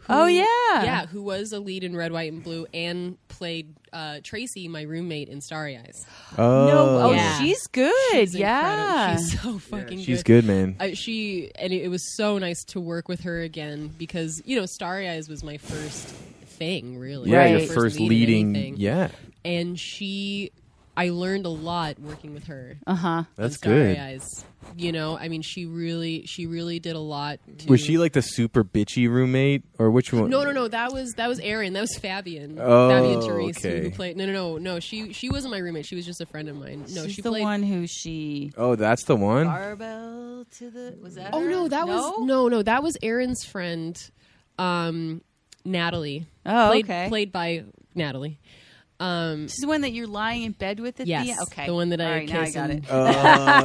[SPEAKER 3] who-
[SPEAKER 2] Oh yeah.
[SPEAKER 3] yeah, who was a lead in Red, White, and Blue, and played uh, Tracy, my roommate in Starry Eyes.
[SPEAKER 1] oh,
[SPEAKER 2] No. Oh,
[SPEAKER 3] Yeah.
[SPEAKER 2] she's good.
[SPEAKER 3] She's
[SPEAKER 2] yeah.
[SPEAKER 3] incredible. she's so fucking.
[SPEAKER 1] she's good,
[SPEAKER 3] good.
[SPEAKER 1] man.
[SPEAKER 3] I, she and it, it was so nice to work with her again because you know Starry Eyes was my first thing really.
[SPEAKER 1] yeah,
[SPEAKER 2] Right.
[SPEAKER 1] your
[SPEAKER 2] Right.
[SPEAKER 1] first,
[SPEAKER 3] lead in
[SPEAKER 1] leading.
[SPEAKER 3] anything.
[SPEAKER 1] Yeah,
[SPEAKER 3] and she, I learned a lot working with her.
[SPEAKER 2] uh huh.
[SPEAKER 1] that's
[SPEAKER 3] Starry
[SPEAKER 1] good.
[SPEAKER 3] Eyes, you know, I mean, she really, she really did a lot. To,
[SPEAKER 1] Was she like the super bitchy roommate, or which one?
[SPEAKER 3] No, no, no. That was that was Aaron. That was Fabian.
[SPEAKER 1] Oh,
[SPEAKER 3] Fabian Therese, who-
[SPEAKER 1] okay.
[SPEAKER 3] who played. No, no, no, no. She she wasn't my roommate. She was just a friend of mine. No,
[SPEAKER 2] she's
[SPEAKER 3] she
[SPEAKER 2] the
[SPEAKER 3] played.
[SPEAKER 2] one who she
[SPEAKER 1] Oh, that's the one.
[SPEAKER 2] barbell to the was that?
[SPEAKER 3] Oh
[SPEAKER 2] her?
[SPEAKER 3] no, that was no, no. That was Aaron's friend, um, Natalie.
[SPEAKER 2] Oh,
[SPEAKER 3] played,
[SPEAKER 2] okay.
[SPEAKER 3] Played by Natalie. Um,
[SPEAKER 2] She's the one that you're lying in bed with at
[SPEAKER 3] Yes,
[SPEAKER 2] the end. Okay.
[SPEAKER 3] the one that I
[SPEAKER 2] All right, now I
[SPEAKER 3] kiss
[SPEAKER 2] got it.
[SPEAKER 3] and- (laughs)
[SPEAKER 1] Oh,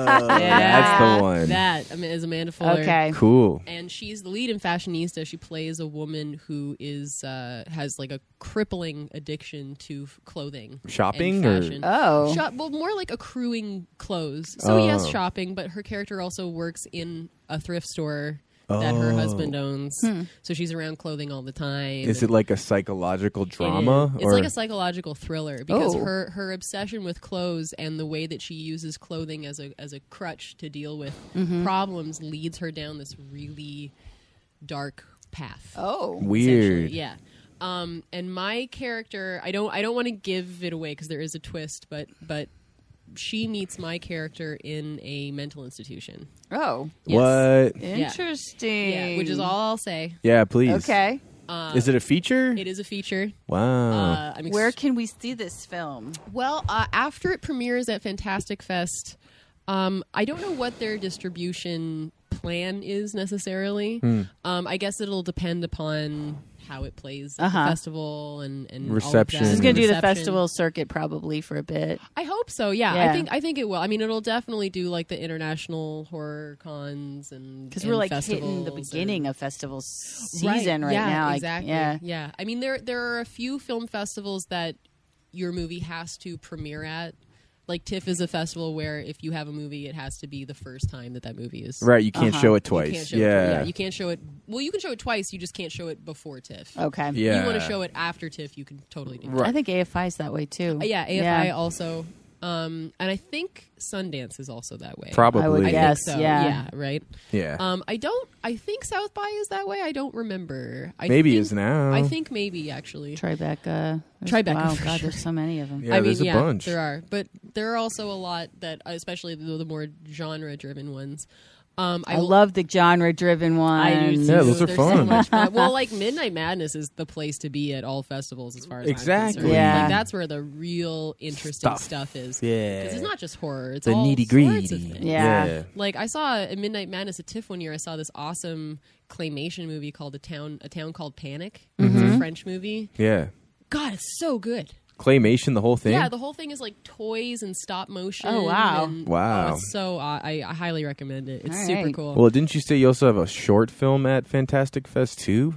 [SPEAKER 1] that's the one.
[SPEAKER 3] that I mean, is Amanda Fuller.
[SPEAKER 2] Okay.
[SPEAKER 1] Cool.
[SPEAKER 3] And she's the lead in Fashionista. She plays a woman who is uh, has like a crippling addiction to f- clothing, and
[SPEAKER 1] Shopping or-
[SPEAKER 3] fashion.
[SPEAKER 2] Oh.
[SPEAKER 3] Shop, well, more like
[SPEAKER 1] Oh.
[SPEAKER 3] accruing clothes. So yes, shopping, but her character also works in a thrift store that her
[SPEAKER 1] Oh.
[SPEAKER 3] husband owns.
[SPEAKER 2] Hmm.
[SPEAKER 3] So she's around clothing all the time.
[SPEAKER 1] Is it like a psychological
[SPEAKER 3] It
[SPEAKER 1] drama?
[SPEAKER 3] is. It's
[SPEAKER 1] or
[SPEAKER 3] like a psychological thriller because
[SPEAKER 2] Oh.
[SPEAKER 3] her her obsession with clothes and the way that she uses clothing as a as a crutch to deal with problems leads her down this really dark path.
[SPEAKER 2] Oh.
[SPEAKER 3] essentially.
[SPEAKER 1] weird.
[SPEAKER 3] Yeah. Um, and my character, I don't I don't want to give it away because there is a twist, but but she meets my character in a mental institution.
[SPEAKER 2] Oh.
[SPEAKER 3] Yes.
[SPEAKER 1] What? Yeah.
[SPEAKER 2] Interesting.
[SPEAKER 3] Yeah, which is all I'll say.
[SPEAKER 1] please.
[SPEAKER 2] Okay.
[SPEAKER 1] is it a feature?
[SPEAKER 3] It is a feature.
[SPEAKER 1] Wow.
[SPEAKER 3] Uh, I'm ex-
[SPEAKER 2] Where can we see this film?
[SPEAKER 3] Well, uh, after it premieres at Fantastic Fest, um, I don't know what their distribution plan is necessarily. Um, I guess it'll depend upon how it plays at
[SPEAKER 2] Uh-huh.
[SPEAKER 3] the festival and, and all of that.
[SPEAKER 1] Reception. She's
[SPEAKER 2] She's going to do the
[SPEAKER 3] Reception.
[SPEAKER 2] festival circuit probably for a bit.
[SPEAKER 3] I hope so. Yeah,
[SPEAKER 2] Yeah.
[SPEAKER 3] I think I think it will. I mean, it'll definitely do like the international horror cons and
[SPEAKER 2] Because we're
[SPEAKER 3] and
[SPEAKER 2] like hitting the
[SPEAKER 3] festivals
[SPEAKER 2] beginning
[SPEAKER 3] and-
[SPEAKER 2] of festival s- season right,
[SPEAKER 3] yeah,
[SPEAKER 2] now. I-
[SPEAKER 3] Exactly.
[SPEAKER 2] yeah.
[SPEAKER 3] yeah. I mean, there there are a few film festivals that your movie has to premiere at. Like TIFF is a festival where if you have a movie, it has to be the first time that that movie is.
[SPEAKER 1] right, you can't
[SPEAKER 2] Uh-huh.
[SPEAKER 1] show it
[SPEAKER 3] You
[SPEAKER 1] twice.
[SPEAKER 3] can't show
[SPEAKER 1] yeah.
[SPEAKER 3] It, yeah. You can't show it. Well, you can show it twice. You just can't show it before TIFF.
[SPEAKER 2] Okay.
[SPEAKER 1] Uh, Yeah.
[SPEAKER 3] You want to show it after TIFF, you can totally do. that.
[SPEAKER 1] Right.
[SPEAKER 2] I think AFI is that way too.
[SPEAKER 3] Uh, Yeah. AFI
[SPEAKER 2] Yeah.
[SPEAKER 3] also. Um, and I think Sundance is also that way.
[SPEAKER 1] Probably.
[SPEAKER 2] I would
[SPEAKER 3] I think
[SPEAKER 2] guess.
[SPEAKER 3] so.
[SPEAKER 2] yeah.
[SPEAKER 3] Yeah. Right.
[SPEAKER 1] Yeah.
[SPEAKER 3] Um, I don't. I think South by is that way. I don't remember. I
[SPEAKER 1] Maybe
[SPEAKER 3] think,
[SPEAKER 1] is now.
[SPEAKER 3] I think maybe actually.
[SPEAKER 2] Tribeca. There's-
[SPEAKER 3] Tribeca,
[SPEAKER 2] Wow,
[SPEAKER 3] for
[SPEAKER 2] God,
[SPEAKER 3] sure.
[SPEAKER 2] there's so many of them.
[SPEAKER 1] Yeah,
[SPEAKER 3] I mean,
[SPEAKER 1] there's a
[SPEAKER 3] yeah,
[SPEAKER 1] bunch.
[SPEAKER 3] there are, but there are also a lot that, especially the, the more genre-driven ones. Um, I,
[SPEAKER 2] I love the genre-driven ones.
[SPEAKER 3] I do.
[SPEAKER 1] Yeah, those
[SPEAKER 3] too.
[SPEAKER 1] are
[SPEAKER 3] They're So
[SPEAKER 1] fun.
[SPEAKER 3] much fun. Well, like Midnight Madness is the place to be at all festivals, as far as I'm
[SPEAKER 1] Exactly.
[SPEAKER 3] concerned.
[SPEAKER 2] Yeah.
[SPEAKER 3] Like, that's where the real interesting
[SPEAKER 1] Stuff.
[SPEAKER 3] stuff, is.
[SPEAKER 1] Yeah.
[SPEAKER 3] because it's not just horror; it's
[SPEAKER 1] the
[SPEAKER 3] all
[SPEAKER 1] needy
[SPEAKER 3] sorts
[SPEAKER 1] greedy.
[SPEAKER 3] of things.
[SPEAKER 2] Yeah.
[SPEAKER 3] Like I saw at Midnight Madness at TIFF one year. I saw this awesome claymation movie called a town a town called Panic.
[SPEAKER 1] Mm-hmm.
[SPEAKER 3] It's a French movie.
[SPEAKER 1] Yeah.
[SPEAKER 3] God, it's so good.
[SPEAKER 1] Claymation, the whole thing.
[SPEAKER 3] Yeah, the whole thing is like toys and stop motion.
[SPEAKER 2] Oh, wow.
[SPEAKER 3] and-
[SPEAKER 1] Wow.
[SPEAKER 3] oh, it's so aw- I, I highly recommend it. It's
[SPEAKER 2] All
[SPEAKER 3] super
[SPEAKER 2] right.
[SPEAKER 3] cool.
[SPEAKER 1] well, didn't you say you also have a short film at Fantastic Fest too?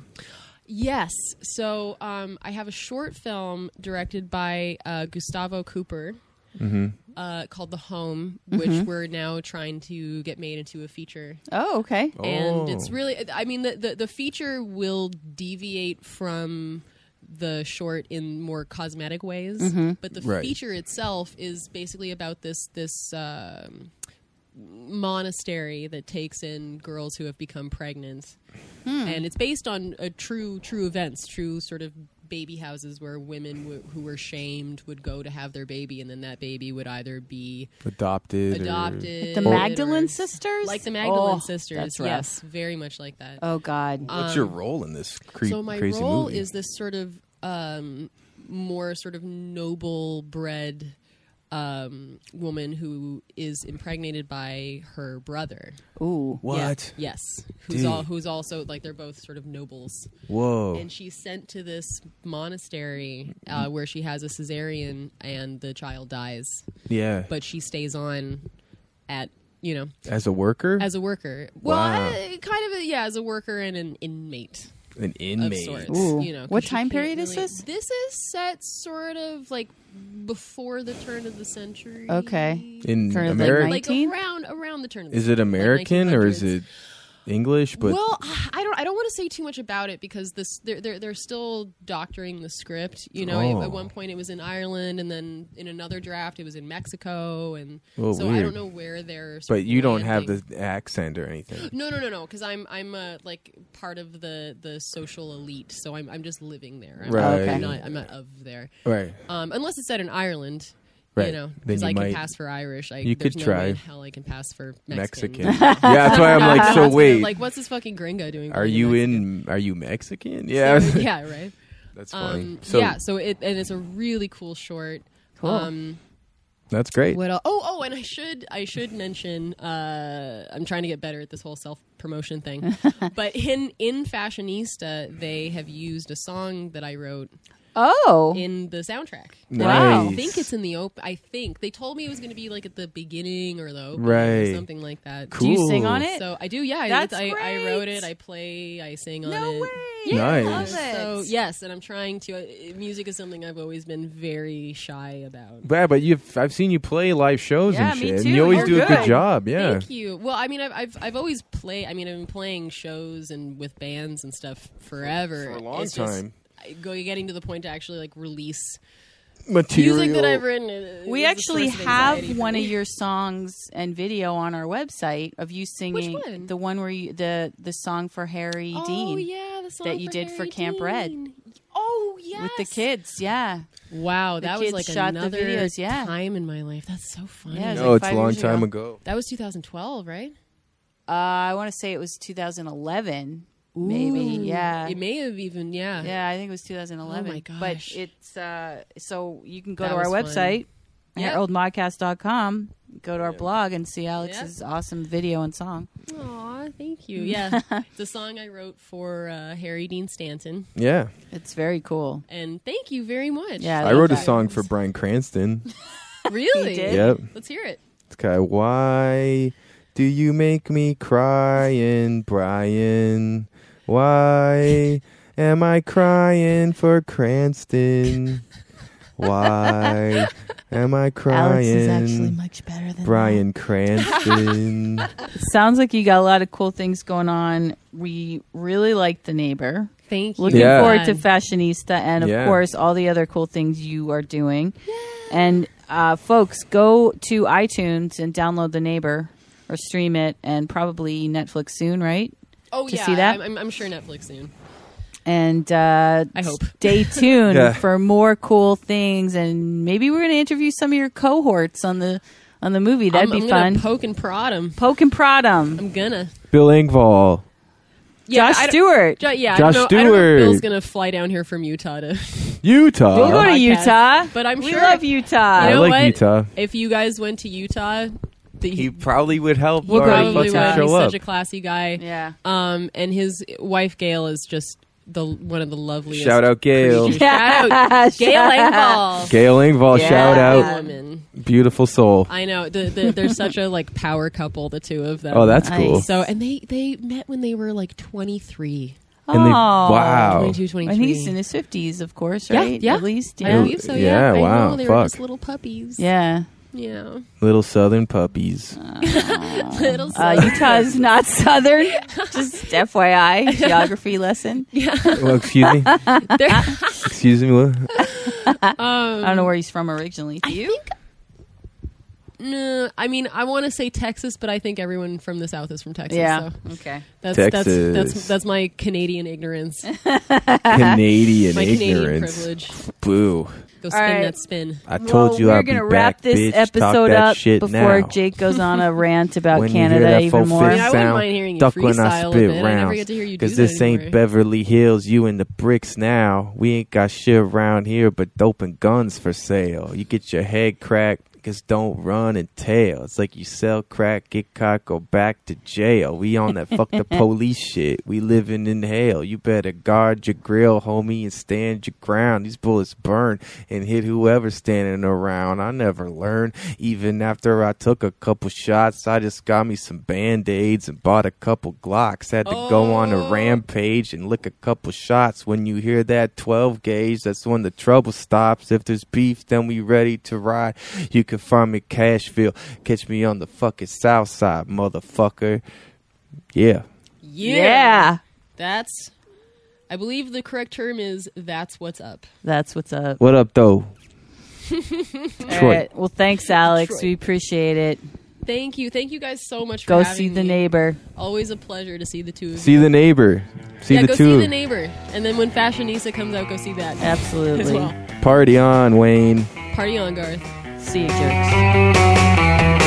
[SPEAKER 3] yes. So um, I have a short film directed by uh, Gustavo Cooper.
[SPEAKER 1] Mm-hmm.
[SPEAKER 3] Uh, called The Home, which
[SPEAKER 2] Mm-hmm.
[SPEAKER 3] we're now trying to get made into a feature.
[SPEAKER 2] Oh, okay.
[SPEAKER 3] and it's
[SPEAKER 1] Oh.
[SPEAKER 3] really i mean the, the the feature will deviate from the short in more cosmetic ways but the
[SPEAKER 1] Right.
[SPEAKER 3] feature itself is basically about this this um, monastery that takes in girls who have become pregnant and it's based on a true true events true sort of baby houses where women w- who were shamed would go to have their baby and then that baby would either be
[SPEAKER 1] Adopted. or-
[SPEAKER 3] adopted
[SPEAKER 2] The
[SPEAKER 3] or-
[SPEAKER 2] Magdalene sisters?
[SPEAKER 3] like the Magdalene
[SPEAKER 2] Oh,
[SPEAKER 3] sisters
[SPEAKER 2] that's rough.
[SPEAKER 3] yes very much like that
[SPEAKER 2] Oh, God.
[SPEAKER 3] Um,
[SPEAKER 1] What's your role in this cre-
[SPEAKER 3] so my
[SPEAKER 1] crazy
[SPEAKER 3] role
[SPEAKER 1] movie?
[SPEAKER 3] is this sort of um, more sort of noble bred um, woman who is impregnated by her brother.
[SPEAKER 2] Ooh.
[SPEAKER 1] what?
[SPEAKER 3] Yeah. Yes, who's
[SPEAKER 1] Dude. Oh.
[SPEAKER 3] all, who's also like they're both sort of nobles,
[SPEAKER 1] Whoa.
[SPEAKER 3] and she's sent to this monastery uh, where she has a cesarean and the child dies,
[SPEAKER 1] yeah.
[SPEAKER 3] but she stays on at you know
[SPEAKER 1] As a worker,
[SPEAKER 3] as a worker. Well,
[SPEAKER 1] Wow.
[SPEAKER 3] uh, kind of a, yeah, as a worker and an inmate
[SPEAKER 1] an
[SPEAKER 3] of
[SPEAKER 1] inmate.
[SPEAKER 3] sorts.
[SPEAKER 2] Ooh.
[SPEAKER 3] You know, 'cause
[SPEAKER 2] What
[SPEAKER 3] you
[SPEAKER 2] time
[SPEAKER 3] can't
[SPEAKER 2] period is
[SPEAKER 3] really-
[SPEAKER 2] this?
[SPEAKER 3] This is set sort of like before the turn of the century.
[SPEAKER 2] Okay.
[SPEAKER 1] In
[SPEAKER 2] Turn of the
[SPEAKER 1] America,
[SPEAKER 3] like
[SPEAKER 2] 19th?
[SPEAKER 3] around around the turn. Of the
[SPEAKER 1] is it
[SPEAKER 3] century, like
[SPEAKER 1] American or is
[SPEAKER 3] 1900s.
[SPEAKER 1] it English? But
[SPEAKER 3] well, I don't. I don't want to say too much about it because this they're they're, they're still doctoring the script. You know,
[SPEAKER 1] Oh.
[SPEAKER 3] at, at one point it was in Ireland, and then in another draft it was in Mexico, and
[SPEAKER 1] Oh,
[SPEAKER 3] so I
[SPEAKER 1] weird.
[SPEAKER 3] don't know where they're. sort
[SPEAKER 1] but
[SPEAKER 3] of
[SPEAKER 1] you don't have
[SPEAKER 3] landing.
[SPEAKER 1] the accent or anything.
[SPEAKER 3] No, no, no, no. Because I'm I'm uh, like part of the the social elite, so I'm I'm just living there. I'm,
[SPEAKER 1] Right.
[SPEAKER 3] I'm not I'm not of there.
[SPEAKER 1] Right.
[SPEAKER 3] Um, unless it's said in Ireland.
[SPEAKER 1] Right.
[SPEAKER 3] You know,
[SPEAKER 1] Then
[SPEAKER 3] because
[SPEAKER 1] you
[SPEAKER 3] I
[SPEAKER 1] might-
[SPEAKER 3] can pass for Irish. I,
[SPEAKER 1] You
[SPEAKER 3] there's
[SPEAKER 1] could
[SPEAKER 3] no
[SPEAKER 1] try.
[SPEAKER 3] Way in hell, I can pass for
[SPEAKER 1] Mexican.
[SPEAKER 3] Mexican.
[SPEAKER 1] yeah,
[SPEAKER 3] (laughs)
[SPEAKER 1] that's why I'm like,
[SPEAKER 3] No,
[SPEAKER 1] so
[SPEAKER 3] it's
[SPEAKER 1] wait,
[SPEAKER 3] Like, what's this fucking gringo doing?
[SPEAKER 1] are
[SPEAKER 3] being
[SPEAKER 1] you
[SPEAKER 3] Mexican?
[SPEAKER 1] in? Are you Mexican? Yeah,
[SPEAKER 3] (laughs) yeah, right.
[SPEAKER 1] (laughs) that's funny.
[SPEAKER 3] Um,
[SPEAKER 1] so
[SPEAKER 3] yeah, so it and it's a really cool short.
[SPEAKER 2] Cool.
[SPEAKER 3] Um,
[SPEAKER 1] that's great.
[SPEAKER 3] what else? Oh, oh, and I should I should mention uh, I'm trying to get better at this whole self
[SPEAKER 1] (laughs)
[SPEAKER 3] promotion thing. but in in Fashionista, they have used a song that I wrote
[SPEAKER 2] Oh,
[SPEAKER 3] in the soundtrack.
[SPEAKER 2] Wow.
[SPEAKER 3] I
[SPEAKER 1] Nice.
[SPEAKER 3] think it's in the op. I think they told me it was going to be like at the beginning or the opening
[SPEAKER 1] Right.
[SPEAKER 3] or something like that.
[SPEAKER 1] Cool.
[SPEAKER 2] do you sing on it?
[SPEAKER 3] So I do, yeah. I-
[SPEAKER 2] That's
[SPEAKER 3] I, I wrote
[SPEAKER 2] great.
[SPEAKER 3] it. I play. I sing on
[SPEAKER 2] no
[SPEAKER 3] it.
[SPEAKER 2] way.
[SPEAKER 1] Nice.
[SPEAKER 2] I love it.
[SPEAKER 3] So yes, and I'm trying to. Uh, music is something I've always been very shy about.
[SPEAKER 1] Yeah, but you've I've seen you play live shows
[SPEAKER 2] Yeah,
[SPEAKER 1] and
[SPEAKER 2] me
[SPEAKER 1] shit.
[SPEAKER 2] too.
[SPEAKER 1] And you always
[SPEAKER 2] You're
[SPEAKER 1] do a
[SPEAKER 2] good.
[SPEAKER 1] good job. Yeah.
[SPEAKER 3] Thank you. Well, I mean, I've I've, I've always played. I mean, I've been playing shows and with bands and stuff forever.
[SPEAKER 1] for a long
[SPEAKER 3] It's just-
[SPEAKER 1] time.
[SPEAKER 3] I- go getting to the point to actually like release
[SPEAKER 1] Material.
[SPEAKER 3] music that I've written. uh,
[SPEAKER 2] We
[SPEAKER 3] is a
[SPEAKER 2] actually
[SPEAKER 3] source of
[SPEAKER 2] have
[SPEAKER 3] anxiety for
[SPEAKER 2] one of
[SPEAKER 3] (laughs) me.
[SPEAKER 2] your songs and video on our website of you singing
[SPEAKER 3] one?
[SPEAKER 2] the one where you the the song for Harry
[SPEAKER 3] oh,
[SPEAKER 2] Dean
[SPEAKER 3] yeah, the song
[SPEAKER 2] E you did for
[SPEAKER 3] Harry
[SPEAKER 2] Camp Red.
[SPEAKER 3] Dean. Oh yes,
[SPEAKER 2] with the kids. Yeah,
[SPEAKER 3] Wow, that was
[SPEAKER 2] kids
[SPEAKER 3] like
[SPEAKER 2] shot the
[SPEAKER 3] another
[SPEAKER 2] videos, yeah.
[SPEAKER 3] time in my life. That's so funny.
[SPEAKER 2] Yeah, it was
[SPEAKER 1] no,
[SPEAKER 2] like
[SPEAKER 1] it's
[SPEAKER 2] five
[SPEAKER 1] a long
[SPEAKER 2] years
[SPEAKER 1] time ago.
[SPEAKER 3] that was 2012, right?
[SPEAKER 2] uh, I want to say it was 2011, maybe. Yeah,
[SPEAKER 3] It may have even yeah.
[SPEAKER 2] yeah, I think it was 2011.
[SPEAKER 3] Oh my
[SPEAKER 2] But
[SPEAKER 3] gosh.
[SPEAKER 2] it's uh, so you can go
[SPEAKER 3] That
[SPEAKER 2] to our
[SPEAKER 3] was
[SPEAKER 2] website,
[SPEAKER 3] fun. Yep.
[SPEAKER 2] heraldmodcast.com, go to our blog and see Alex's awesome video and song.
[SPEAKER 3] Aw, thank
[SPEAKER 2] (laughs)
[SPEAKER 3] you. Yeah, it's a song I wrote for uh, Harry Dean Stanton,
[SPEAKER 1] Yeah.
[SPEAKER 2] It's very cool.
[SPEAKER 3] and thank you very much.
[SPEAKER 2] Yeah,
[SPEAKER 1] I,
[SPEAKER 2] love
[SPEAKER 1] wrote a
[SPEAKER 2] that.
[SPEAKER 1] song for Brian Cranston.
[SPEAKER 3] really.
[SPEAKER 2] He did?
[SPEAKER 1] yep.
[SPEAKER 3] Let's hear it.
[SPEAKER 1] It's kinda, why do you make me crying, Brian? Why am I crying for Cranston? Why am I
[SPEAKER 2] (laughs) Alex is actually
[SPEAKER 1] crying,
[SPEAKER 2] much better than (laughs)
[SPEAKER 1] Brian Cranston?
[SPEAKER 2] Sounds like you got a lot of cool things going on. We really like the neighbor.
[SPEAKER 3] Thank you.
[SPEAKER 2] Looking
[SPEAKER 1] Yeah.
[SPEAKER 2] forward to Fashionista and, of
[SPEAKER 1] Yeah.
[SPEAKER 2] course, all the other cool things you are doing. And, uh, folks, go to iTunes and download The Neighbor or stream it and probably Netflix soon, right?
[SPEAKER 3] oh
[SPEAKER 2] to
[SPEAKER 3] yeah,
[SPEAKER 2] see that?
[SPEAKER 3] I'm- I'm, I'm sure Netflix soon.
[SPEAKER 2] And uh,
[SPEAKER 3] I hope. (laughs)
[SPEAKER 2] stay tuned
[SPEAKER 1] Yeah.
[SPEAKER 2] for more cool things. And maybe we're going to interview some of your cohorts on the on the movie. That'd
[SPEAKER 3] I'm,
[SPEAKER 2] be
[SPEAKER 3] I'm
[SPEAKER 2] fun.
[SPEAKER 3] Gonna poke and prod him.
[SPEAKER 2] Poke and prod 'em.
[SPEAKER 3] I'm gonna.
[SPEAKER 1] Bill Engvall.
[SPEAKER 3] Yeah, I
[SPEAKER 2] Josh
[SPEAKER 3] don't-
[SPEAKER 2] Stewart.
[SPEAKER 3] Jo- yeah,
[SPEAKER 1] Josh
[SPEAKER 3] I don't know, I don't know if Bill's
[SPEAKER 1] Stewart.
[SPEAKER 3] gonna fly down here
[SPEAKER 2] (laughs)
[SPEAKER 3] from Utah to.
[SPEAKER 1] Utah.
[SPEAKER 2] We'll go to
[SPEAKER 3] podcast.
[SPEAKER 2] Utah,
[SPEAKER 3] But I'm
[SPEAKER 2] we
[SPEAKER 3] sure-
[SPEAKER 2] love Utah.
[SPEAKER 1] I
[SPEAKER 3] You know
[SPEAKER 1] like
[SPEAKER 3] what?
[SPEAKER 1] Utah.
[SPEAKER 3] If you guys went to Utah, the,
[SPEAKER 1] He probably would help
[SPEAKER 3] He
[SPEAKER 1] Laura
[SPEAKER 3] probably
[SPEAKER 1] fucking
[SPEAKER 3] would. He's
[SPEAKER 1] show up.
[SPEAKER 3] such a classy guy.
[SPEAKER 2] Yeah.
[SPEAKER 3] Um, and his wife Gail is just the one of the loveliest.
[SPEAKER 1] Shout out Gail.
[SPEAKER 2] (laughs)
[SPEAKER 3] creatures. (laughs) Shout out Gail Engvall.
[SPEAKER 1] Gail Engvall,
[SPEAKER 2] Yeah.
[SPEAKER 1] shout out.
[SPEAKER 3] Woman.
[SPEAKER 1] Beautiful soul.
[SPEAKER 3] I know. The, the, they're such a like power couple, the two of them.
[SPEAKER 1] Oh, that's
[SPEAKER 2] Nice.
[SPEAKER 1] cool.
[SPEAKER 3] so. And they they met when they were like 23.
[SPEAKER 1] And they,
[SPEAKER 2] Aw.
[SPEAKER 1] wow.
[SPEAKER 3] 22, 23.
[SPEAKER 2] I think Oh. he's in his fifties, of course,
[SPEAKER 3] Yeah,
[SPEAKER 2] right?
[SPEAKER 3] yeah.
[SPEAKER 2] At least,
[SPEAKER 3] I
[SPEAKER 2] yeah,
[SPEAKER 3] believe so.
[SPEAKER 1] Yeah,
[SPEAKER 3] Yeah. I
[SPEAKER 1] wow,
[SPEAKER 3] Know. They were
[SPEAKER 1] fuck.
[SPEAKER 3] just little puppies.
[SPEAKER 2] yeah.
[SPEAKER 3] Yeah. (laughs)
[SPEAKER 1] Little southern puppies.
[SPEAKER 3] Uh. little.
[SPEAKER 2] Uh, Utah
[SPEAKER 3] (laughs)
[SPEAKER 2] is not southern. Just FYI, geography lesson.
[SPEAKER 1] well, Oh, excuse
[SPEAKER 3] (laughs)
[SPEAKER 1] me. Excuse me.
[SPEAKER 2] (laughs)
[SPEAKER 1] what?
[SPEAKER 3] um,
[SPEAKER 2] I don't know where he's from originally.
[SPEAKER 3] I think. No, I mean I want to say Texas, but I think everyone from the South is from Texas.
[SPEAKER 2] yeah.
[SPEAKER 3] so
[SPEAKER 2] Okay.
[SPEAKER 3] that's,
[SPEAKER 1] Texas.
[SPEAKER 3] That's, that's that's my
[SPEAKER 1] (laughs)
[SPEAKER 3] Canadian ignorance, my
[SPEAKER 1] Canadian
[SPEAKER 3] Canadian
[SPEAKER 1] ignorance.
[SPEAKER 3] privilege.
[SPEAKER 1] Boo.
[SPEAKER 3] Go spin
[SPEAKER 2] right.
[SPEAKER 3] that spin.
[SPEAKER 1] I told you
[SPEAKER 2] we're
[SPEAKER 1] I'd be
[SPEAKER 2] gonna
[SPEAKER 1] back,
[SPEAKER 2] wrap this
[SPEAKER 1] bitch. Talk
[SPEAKER 2] episode
[SPEAKER 1] that
[SPEAKER 2] up
[SPEAKER 1] shit
[SPEAKER 2] before
[SPEAKER 1] now.
[SPEAKER 2] Jake goes
[SPEAKER 1] (laughs)
[SPEAKER 2] on a rant about
[SPEAKER 1] When you hear
[SPEAKER 2] Canada
[SPEAKER 1] that
[SPEAKER 2] even
[SPEAKER 1] full
[SPEAKER 2] more.
[SPEAKER 1] fist
[SPEAKER 3] Yeah, I wouldn't
[SPEAKER 1] sound,
[SPEAKER 3] mind hearing you
[SPEAKER 1] duck when I
[SPEAKER 3] freestyle a
[SPEAKER 1] spit
[SPEAKER 3] bit. I never
[SPEAKER 1] rounds.
[SPEAKER 3] get to hear you do that
[SPEAKER 1] this ain't
[SPEAKER 3] anymore.
[SPEAKER 1] Beverly Hills, you in the bricks now. We ain't got shit around here but dope and guns for sale. You get your head cracked, cause don't run and tell. It's like you sell crack, get caught, go back to jail. We on that fuck
[SPEAKER 3] (laughs)
[SPEAKER 1] the police shit. We living in hell. You better guard your grill, homie, and stand your ground. These bullets burn and hit whoever's standing around. I never learned. Even after I took a couple shots, I just got me some band aids and bought a couple Glocks. Had to go on a
[SPEAKER 3] Oh.
[SPEAKER 1] rampage and lick a couple shots. When you hear that 12 gauge, that's when the trouble stops. If there's beef, then we ready to ride. You can find me Cashville. Catch me on the fucking south side, motherfucker. Yeah.
[SPEAKER 3] Yeah.
[SPEAKER 2] yeah,
[SPEAKER 3] that's. I believe the correct term is "that's what's up."
[SPEAKER 2] that's what's up.
[SPEAKER 1] What up, though?
[SPEAKER 2] All
[SPEAKER 1] Troy.
[SPEAKER 2] right. Well, thanks, Alex.
[SPEAKER 3] Troy.
[SPEAKER 2] We appreciate it.
[SPEAKER 3] Thank you, thank you guys so much.
[SPEAKER 2] Go
[SPEAKER 3] for
[SPEAKER 2] see
[SPEAKER 3] having
[SPEAKER 2] the
[SPEAKER 3] me. (laughs)
[SPEAKER 2] neighbor.
[SPEAKER 3] Always a pleasure to see the two of you.
[SPEAKER 1] See the neighbor. See
[SPEAKER 3] yeah,
[SPEAKER 1] the
[SPEAKER 3] go
[SPEAKER 1] two.
[SPEAKER 3] see
[SPEAKER 1] of
[SPEAKER 3] the neighbor, and then when Fashionista comes out, go see that
[SPEAKER 2] Absolutely.
[SPEAKER 3] as well.
[SPEAKER 1] Party on, Wayne.
[SPEAKER 3] Party on, Garth.
[SPEAKER 2] See you, jerks.